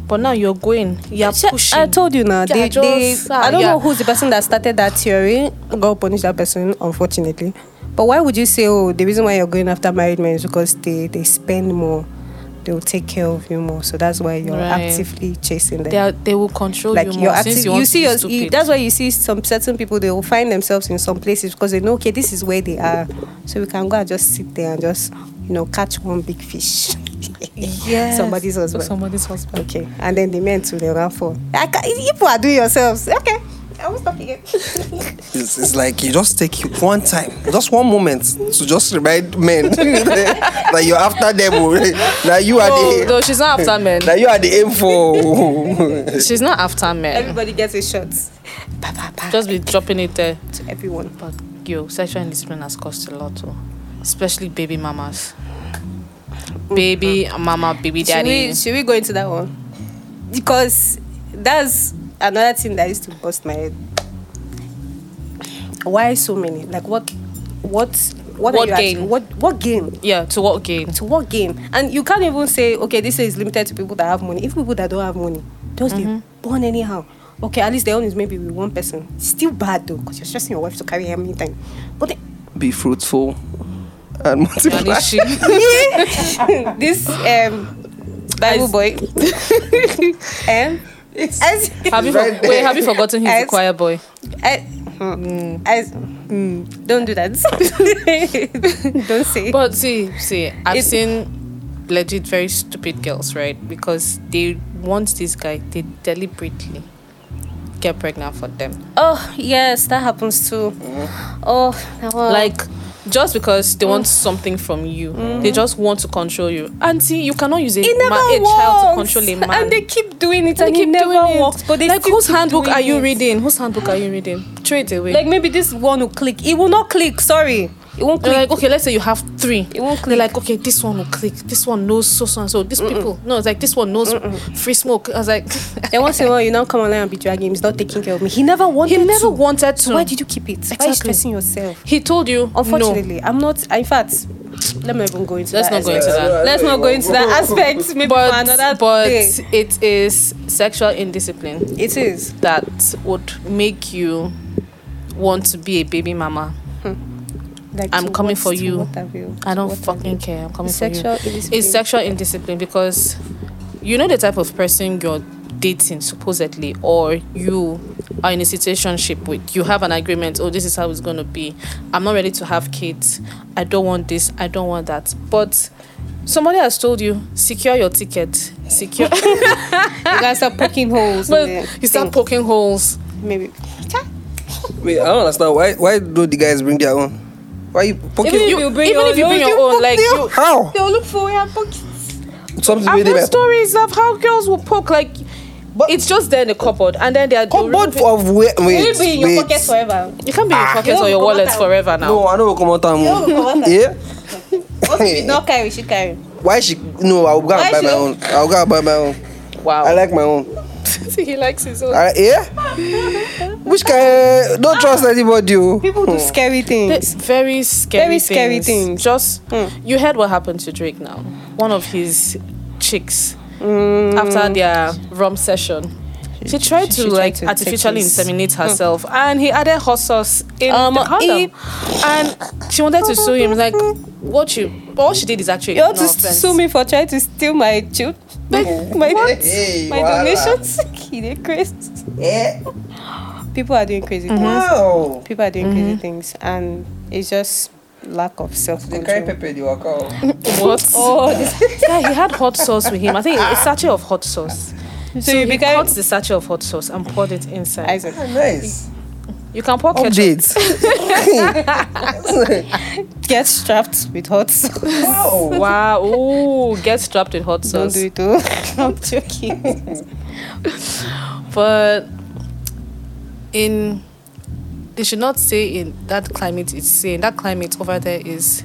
[SPEAKER 1] But now you're going, you're
[SPEAKER 4] Sh-
[SPEAKER 1] pushing.
[SPEAKER 4] I told you now.
[SPEAKER 1] Yeah,
[SPEAKER 4] They, they,
[SPEAKER 1] just, uh,
[SPEAKER 4] I don't
[SPEAKER 1] yeah.
[SPEAKER 4] know who's the person that started that theory. God punish that person, unfortunately. But why would you say, oh, the reason why you're going after married men is because they, they spend more, they'll take care of you more. So that's why you're
[SPEAKER 1] Right.
[SPEAKER 4] actively chasing them.
[SPEAKER 1] they, are, they will control
[SPEAKER 4] like
[SPEAKER 1] you
[SPEAKER 4] you're
[SPEAKER 1] more
[SPEAKER 4] active,
[SPEAKER 1] since you
[SPEAKER 4] you,
[SPEAKER 1] want to
[SPEAKER 4] see,
[SPEAKER 1] be
[SPEAKER 4] your, you,
[SPEAKER 1] stupid.
[SPEAKER 4] that's why you see some certain people they will find themselves in some places because they know okay this is where they are, so we can go and just sit there and just you know catch one big fish.
[SPEAKER 1] Yes.
[SPEAKER 4] somebody's husband.
[SPEAKER 1] Somebody's husband.
[SPEAKER 4] Okay, and then the men too, they run for. I ca- if you are doing yourselves, okay. I will stop again.
[SPEAKER 3] It's, it's like you just take one time, just one moment to just remind men that you're after them, oh, that you are
[SPEAKER 1] Oh,
[SPEAKER 3] the
[SPEAKER 1] no, she's not after men.
[SPEAKER 3] that you are the aim oh. for.
[SPEAKER 1] She's not after men.
[SPEAKER 4] Everybody gets a shot. Pa, pa, pa,
[SPEAKER 1] Just be dropping it there.
[SPEAKER 4] to everyone.
[SPEAKER 1] But yo, sexual discipline has cost a lot, oh. especially baby mamas. Baby mama, baby
[SPEAKER 4] Should
[SPEAKER 1] daddy.
[SPEAKER 4] we, should we go into that one? Because that's another thing that used to bust my head. Why so many? Like what? What?
[SPEAKER 1] What
[SPEAKER 4] What, are you
[SPEAKER 1] game?
[SPEAKER 4] asking? What? What game?
[SPEAKER 1] Yeah, to what gain?
[SPEAKER 4] To what game? And you can't even say, okay, this is limited to people that have money. Even people that don't have money, just they
[SPEAKER 1] Mm-hmm.
[SPEAKER 4] born anyhow. Okay, at least the own is maybe with one person. Still bad though, because you're stressing your wife to carry her many time. But then,
[SPEAKER 3] Be fruitful and multiply.
[SPEAKER 1] Garnish it.
[SPEAKER 4] this um Bible boy, um, as,
[SPEAKER 1] Have you
[SPEAKER 3] Right
[SPEAKER 1] for- wait?
[SPEAKER 3] there.
[SPEAKER 1] Have you forgotten he's a
[SPEAKER 4] As-
[SPEAKER 1] choir boy?
[SPEAKER 4] I,
[SPEAKER 1] Mm.
[SPEAKER 4] as, don't do that. don't say.
[SPEAKER 1] But see, see, I've
[SPEAKER 4] It-
[SPEAKER 1] seen legit very stupid girls, right? Because they want this guy, they deliberately get pregnant for them,
[SPEAKER 4] oh yes, that happens too. Oh, that one.
[SPEAKER 1] like. Just because they want
[SPEAKER 4] Mm.
[SPEAKER 1] something from you, they just want to control you. Auntie, you cannot use a,
[SPEAKER 4] it
[SPEAKER 1] ma-
[SPEAKER 4] never
[SPEAKER 1] a
[SPEAKER 4] works.
[SPEAKER 1] child to control a man.
[SPEAKER 4] and they keep doing it,
[SPEAKER 1] They
[SPEAKER 4] and, it
[SPEAKER 1] keep
[SPEAKER 4] never
[SPEAKER 1] doing it.
[SPEAKER 4] works. But they
[SPEAKER 1] like
[SPEAKER 4] still
[SPEAKER 1] whose
[SPEAKER 4] keep
[SPEAKER 1] handbook
[SPEAKER 4] doing
[SPEAKER 1] are you
[SPEAKER 4] it.
[SPEAKER 1] reading? Whose handbook are you reading? Throw it away.
[SPEAKER 4] Like maybe this one will click. It will not click. Sorry, it won't
[SPEAKER 1] They're
[SPEAKER 4] click.
[SPEAKER 1] like, okay, let's say you have three.
[SPEAKER 4] It won't
[SPEAKER 1] They're like, okay, this one will click. This one knows so so and so. These people, no, it's like this one knows free smoke. I was like,
[SPEAKER 4] and once in a while, you now come online and be dragging him. He's not taking care of me. He never wanted.
[SPEAKER 1] he never
[SPEAKER 4] to.
[SPEAKER 1] wanted to.
[SPEAKER 4] So why did you keep it? Why are you
[SPEAKER 1] Exactly.
[SPEAKER 4] stressing yourself?
[SPEAKER 1] he told you, no.
[SPEAKER 4] Unfortunately, I'm not. In fact, let me even go into
[SPEAKER 1] Let's
[SPEAKER 4] that.
[SPEAKER 1] not go
[SPEAKER 4] aspect.
[SPEAKER 1] into that.
[SPEAKER 4] Let's not go into that aspect. Maybe for another
[SPEAKER 1] But, but
[SPEAKER 4] day.
[SPEAKER 1] it is sexual indiscipline
[SPEAKER 4] It is.
[SPEAKER 1] that would make you want to be a baby mama.
[SPEAKER 4] Like,
[SPEAKER 1] I'm
[SPEAKER 4] to
[SPEAKER 1] coming
[SPEAKER 4] what-
[SPEAKER 1] for
[SPEAKER 4] to
[SPEAKER 1] you.
[SPEAKER 4] what avail?
[SPEAKER 1] I don't
[SPEAKER 4] What
[SPEAKER 1] fucking
[SPEAKER 4] avail?
[SPEAKER 1] care. I'm coming
[SPEAKER 4] It's
[SPEAKER 1] for
[SPEAKER 4] sexual
[SPEAKER 1] you.
[SPEAKER 4] indiscipline.
[SPEAKER 1] It's sexual indiscipline because you know the type of person you're dating supposedly, or you are in a situationship with. You have an agreement. Oh, this is how it's gonna be. I'm not ready to have kids. I don't want this. I don't want that. But somebody has told you secure your ticket. Secure.
[SPEAKER 4] You guys start poking holes. in the
[SPEAKER 1] but you start
[SPEAKER 4] thing.
[SPEAKER 1] poking holes.
[SPEAKER 4] Maybe.
[SPEAKER 3] Wait, I don't understand why why do the guys bring their own? Why you poking?
[SPEAKER 4] Even if you bring your
[SPEAKER 1] even if you
[SPEAKER 4] own,
[SPEAKER 1] bring
[SPEAKER 4] you
[SPEAKER 1] your
[SPEAKER 4] poke
[SPEAKER 1] own, like
[SPEAKER 4] the-
[SPEAKER 1] you,
[SPEAKER 3] How?
[SPEAKER 4] They'll look for your pocket.
[SPEAKER 3] Something
[SPEAKER 1] I've
[SPEAKER 3] really
[SPEAKER 1] heard
[SPEAKER 3] like
[SPEAKER 1] stories of how girls will poke like.
[SPEAKER 3] But-
[SPEAKER 1] it's just there in the cupboard, and then they are they'll
[SPEAKER 3] cupboard
[SPEAKER 1] remove it.
[SPEAKER 3] of where?
[SPEAKER 4] Will
[SPEAKER 3] Wait,
[SPEAKER 4] it be in your pocket
[SPEAKER 3] wait.
[SPEAKER 4] forever?
[SPEAKER 1] You can't be in your pockets
[SPEAKER 4] You
[SPEAKER 1] or your
[SPEAKER 4] don't
[SPEAKER 1] wallet
[SPEAKER 4] come out.
[SPEAKER 1] forever now.
[SPEAKER 3] Ah. No, I know come out and
[SPEAKER 4] No, come out.
[SPEAKER 3] Yeah.
[SPEAKER 4] What if you not carry? She carry.
[SPEAKER 3] Why she? No, I'll go
[SPEAKER 4] Why
[SPEAKER 3] and buy
[SPEAKER 4] she-
[SPEAKER 3] my own. I'll go and buy my own.
[SPEAKER 1] Wow.
[SPEAKER 3] I like my own.
[SPEAKER 1] he likes his own.
[SPEAKER 3] I, yeah. Which guy? Don't trust anybody. oh.
[SPEAKER 4] People do scary
[SPEAKER 1] That's
[SPEAKER 4] things.
[SPEAKER 1] very scary.
[SPEAKER 4] Very scary things.
[SPEAKER 1] Just
[SPEAKER 4] Mm.
[SPEAKER 1] you heard what happened to Drake now. One of his chicks after their rum session. She tried to
[SPEAKER 4] Hmm. she tried
[SPEAKER 1] like
[SPEAKER 4] to take
[SPEAKER 1] artificially
[SPEAKER 4] his- Hmm.
[SPEAKER 1] inseminate herself, and he added hot sauce in
[SPEAKER 4] Um,
[SPEAKER 1] the condom.
[SPEAKER 4] he-
[SPEAKER 1] and she wanted to sue him. Like, what you? All she did is actually
[SPEAKER 4] You want to
[SPEAKER 1] no
[SPEAKER 4] s-
[SPEAKER 1] offense.
[SPEAKER 4] sue me for trying to steal my child, my my,
[SPEAKER 3] Hey,
[SPEAKER 4] my
[SPEAKER 3] voila.
[SPEAKER 4] donations. He did crazy.
[SPEAKER 3] Yeah.
[SPEAKER 4] People are doing crazy
[SPEAKER 1] Mm-hmm.
[SPEAKER 4] things.
[SPEAKER 3] Wow.
[SPEAKER 4] People are doing crazy things, and it's just lack of self
[SPEAKER 3] They carry
[SPEAKER 4] control.
[SPEAKER 3] pepper. They walk out.
[SPEAKER 1] What?
[SPEAKER 4] Oh, this,
[SPEAKER 1] Yeah, he had hot sauce with him. I think a sachet of hot sauce. So,
[SPEAKER 4] you
[SPEAKER 1] he
[SPEAKER 4] be carry-
[SPEAKER 1] cut the sachet of hot sauce and poured it inside.
[SPEAKER 4] Isaac.
[SPEAKER 3] Ah, Nice.
[SPEAKER 1] You can pour ketchup.
[SPEAKER 3] Updates.
[SPEAKER 4] Get strapped with hot sauce.
[SPEAKER 3] wow.
[SPEAKER 1] Wow. Ooh, get strapped with hot
[SPEAKER 4] Oh, Don't
[SPEAKER 1] sauce.
[SPEAKER 4] do it too. I'm joking.
[SPEAKER 1] But in they should not say in that climate it's sane. That climate over there is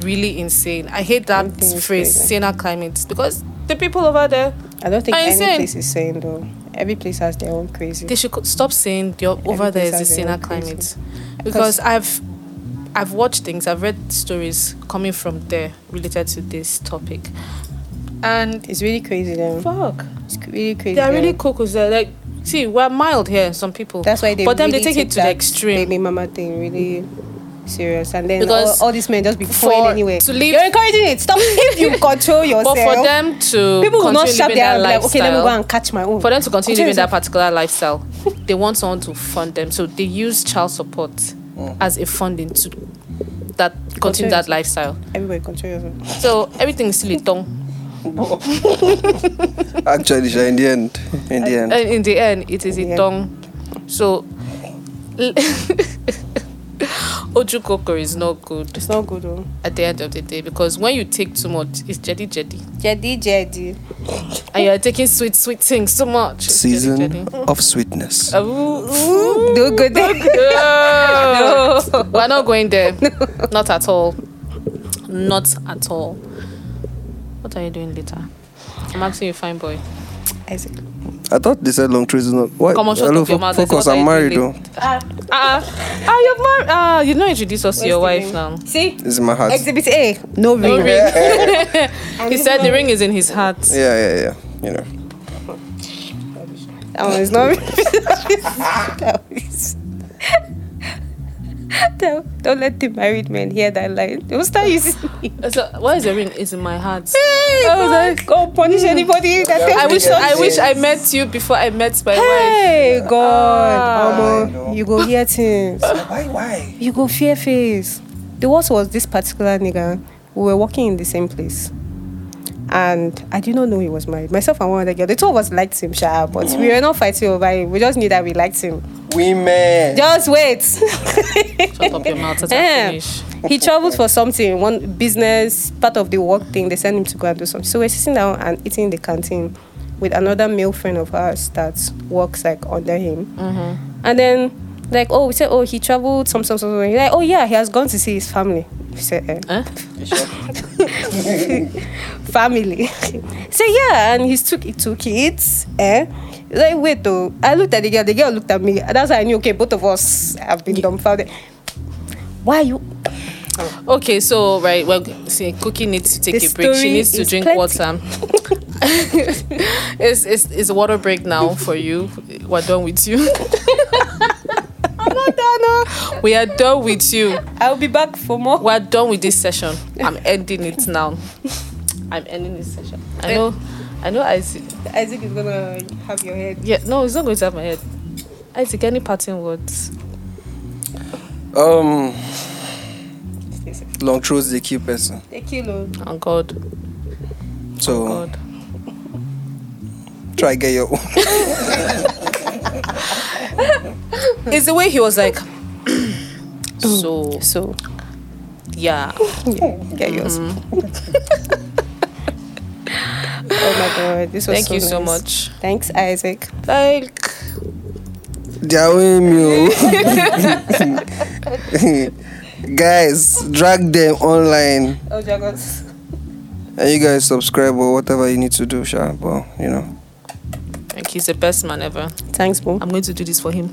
[SPEAKER 1] really insane. I hate that
[SPEAKER 4] Something is
[SPEAKER 1] phrase,
[SPEAKER 4] crazy.
[SPEAKER 1] saner climate, because the people over there
[SPEAKER 4] I don't think
[SPEAKER 1] Are you
[SPEAKER 4] any
[SPEAKER 1] saying-
[SPEAKER 4] place is saying though. Every place has their own crazy.
[SPEAKER 1] they should co- stop saying the over there is a
[SPEAKER 4] Everything's out there,
[SPEAKER 1] saner climate
[SPEAKER 4] crazy.
[SPEAKER 1] because i've i've watched things i've read stories coming from there related to this topic and
[SPEAKER 4] It's really crazy then.
[SPEAKER 1] fuck,
[SPEAKER 4] It's really crazy.
[SPEAKER 1] they are really
[SPEAKER 4] then.
[SPEAKER 1] cool they they're like, see, we're mild here. Some people,
[SPEAKER 4] That's why they.
[SPEAKER 1] but then
[SPEAKER 4] really
[SPEAKER 1] they take it to the
[SPEAKER 4] that
[SPEAKER 1] extreme.
[SPEAKER 4] Baby mama thing really serious, and then
[SPEAKER 1] Because
[SPEAKER 4] all, all these men just be
[SPEAKER 1] for-
[SPEAKER 4] fooling anyway.
[SPEAKER 1] to live-
[SPEAKER 4] You're encouraging it. Stop. if you control yourself,
[SPEAKER 1] But for them to
[SPEAKER 4] people will not
[SPEAKER 1] continue
[SPEAKER 4] shut
[SPEAKER 1] living
[SPEAKER 4] their
[SPEAKER 1] that
[SPEAKER 4] like, okay, let me go
[SPEAKER 1] lifestyle-
[SPEAKER 4] and catch my own.
[SPEAKER 1] for them to continue
[SPEAKER 4] Continue
[SPEAKER 1] living that particular lifestyle, they want someone to fund them. So they use child support as a funding to that continue that lifestyle.
[SPEAKER 4] Everybody control yourself.
[SPEAKER 1] So everything is still a tongue.
[SPEAKER 3] Actually, sha, in the end, in the end,
[SPEAKER 1] And Uh, in the end, it is
[SPEAKER 4] In the
[SPEAKER 1] a
[SPEAKER 4] end.
[SPEAKER 1] tongue. So Ojukoko is not good
[SPEAKER 4] It's not good though.
[SPEAKER 1] at the end of the day because when you take too much, it's jetty jetty.
[SPEAKER 4] Jedi, Jedi.
[SPEAKER 1] And you're taking sweet, sweet things so much. It's jetty
[SPEAKER 3] season
[SPEAKER 1] jetty.
[SPEAKER 3] of sweetness.
[SPEAKER 1] Oh.
[SPEAKER 4] Do good.
[SPEAKER 1] no. We're not going there. Not at all. Not at all. What are you doing later? I'm asking you, fine boy.
[SPEAKER 4] Isaac.
[SPEAKER 3] I thought they said long trees is not. Why?
[SPEAKER 1] Come on, shut
[SPEAKER 3] Hello,
[SPEAKER 1] up your
[SPEAKER 3] fo-
[SPEAKER 1] mouth. and say,
[SPEAKER 3] Focus,
[SPEAKER 1] what are
[SPEAKER 3] I'm
[SPEAKER 1] you
[SPEAKER 3] married
[SPEAKER 1] doing
[SPEAKER 3] though.
[SPEAKER 1] later? Ah, ah, ah, you're married. Ah, you know, introduce us to your wife now.
[SPEAKER 4] See.
[SPEAKER 3] It's in my heart.
[SPEAKER 4] Exhibit A. No
[SPEAKER 1] No ring.
[SPEAKER 4] ring.
[SPEAKER 1] he said the ring is in his heart.
[SPEAKER 3] Yeah, yeah, yeah. You know.
[SPEAKER 4] That one is not ring. that one is. Don't, don't let the married men hear that line. They will start using it.
[SPEAKER 1] So, why is the ring? It's in my heart.
[SPEAKER 4] Hey, Mm. I was like, "Oh, God punish anybody that takes
[SPEAKER 1] I wish,
[SPEAKER 4] pictures.
[SPEAKER 1] I wish I met you before I met my wife.
[SPEAKER 4] Hey God,
[SPEAKER 3] Ah.
[SPEAKER 4] Omo, you go hear things.
[SPEAKER 3] Why? Why?
[SPEAKER 4] You go fear face. The worst was this particular nigga. We were working in the same place. And I did not know he was married. Myself and one other girl, the two of us liked him, sha, but we were not fighting over him. We just knew that we liked him.
[SPEAKER 3] Women.
[SPEAKER 4] Just wait.
[SPEAKER 1] Shut up your mouth as I
[SPEAKER 4] Eh.
[SPEAKER 1] finish.
[SPEAKER 4] he traveled for something, one business, part of the work thing. They sent him to go and do something. So we're sitting down and eating in the canteen with another male friend of ours that works like under him.
[SPEAKER 1] Mm-hmm.
[SPEAKER 4] And then, like, oh, we said, oh, he traveled some, some, some. some. He's like, oh, yeah, he has gone to see his family. We said, eh
[SPEAKER 1] Eh?
[SPEAKER 4] family. so yeah, and he's two, two kids. Eh? Like wait though, I looked at the girl. The girl looked at me. and That's how I knew. Okay, both of us have been dumbfounded. Why you?
[SPEAKER 1] Okay, so right, well, see, Cookie needs to take
[SPEAKER 4] The
[SPEAKER 1] a break. She
[SPEAKER 4] story
[SPEAKER 1] needs to
[SPEAKER 4] is
[SPEAKER 1] drink
[SPEAKER 4] plenty.
[SPEAKER 1] water. it's, it's it's water break now for you. We're done with you.
[SPEAKER 4] I'm not done. oh.
[SPEAKER 1] We are done with you.
[SPEAKER 4] I'll be back for more.
[SPEAKER 1] We're done with this session. I'm ending it now. I'm ending this session. I know, I know. I see.
[SPEAKER 4] Isaac is gonna have your head.
[SPEAKER 1] Yeah, no, it's not going to have my head. Isaac, any parting words?
[SPEAKER 3] Um, long truth is the key person.
[SPEAKER 4] A kilo.
[SPEAKER 1] Oh God,
[SPEAKER 3] So
[SPEAKER 1] Oh, God.
[SPEAKER 3] try get your own.
[SPEAKER 1] It's the way he was like. so
[SPEAKER 4] So
[SPEAKER 1] yeah,
[SPEAKER 4] yeah, get
[SPEAKER 1] Mm-hmm.
[SPEAKER 4] yours. oh my god, this was
[SPEAKER 1] thank you so
[SPEAKER 4] nice.
[SPEAKER 1] much.
[SPEAKER 4] Thanks, Isaac.
[SPEAKER 1] Like.
[SPEAKER 3] Their way, meal. Guys, drag them online,
[SPEAKER 4] Oh, Jagos.
[SPEAKER 3] and you guys subscribe or whatever you need to do, sha. But you know,
[SPEAKER 1] Like he's the best man ever.
[SPEAKER 4] Thanks, boo.
[SPEAKER 1] I'm going to do this for him.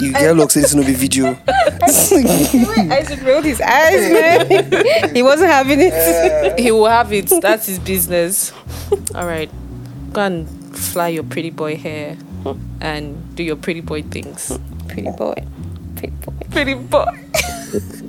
[SPEAKER 3] you get looks. This no be video.
[SPEAKER 4] Isaac rolled his eyes, man. he wasn't having it.
[SPEAKER 1] He will have it. That's his business. All right. Go and fly your pretty boy hair and do your pretty boy things.
[SPEAKER 4] Pretty boy. Pretty boy.
[SPEAKER 1] Pretty boy.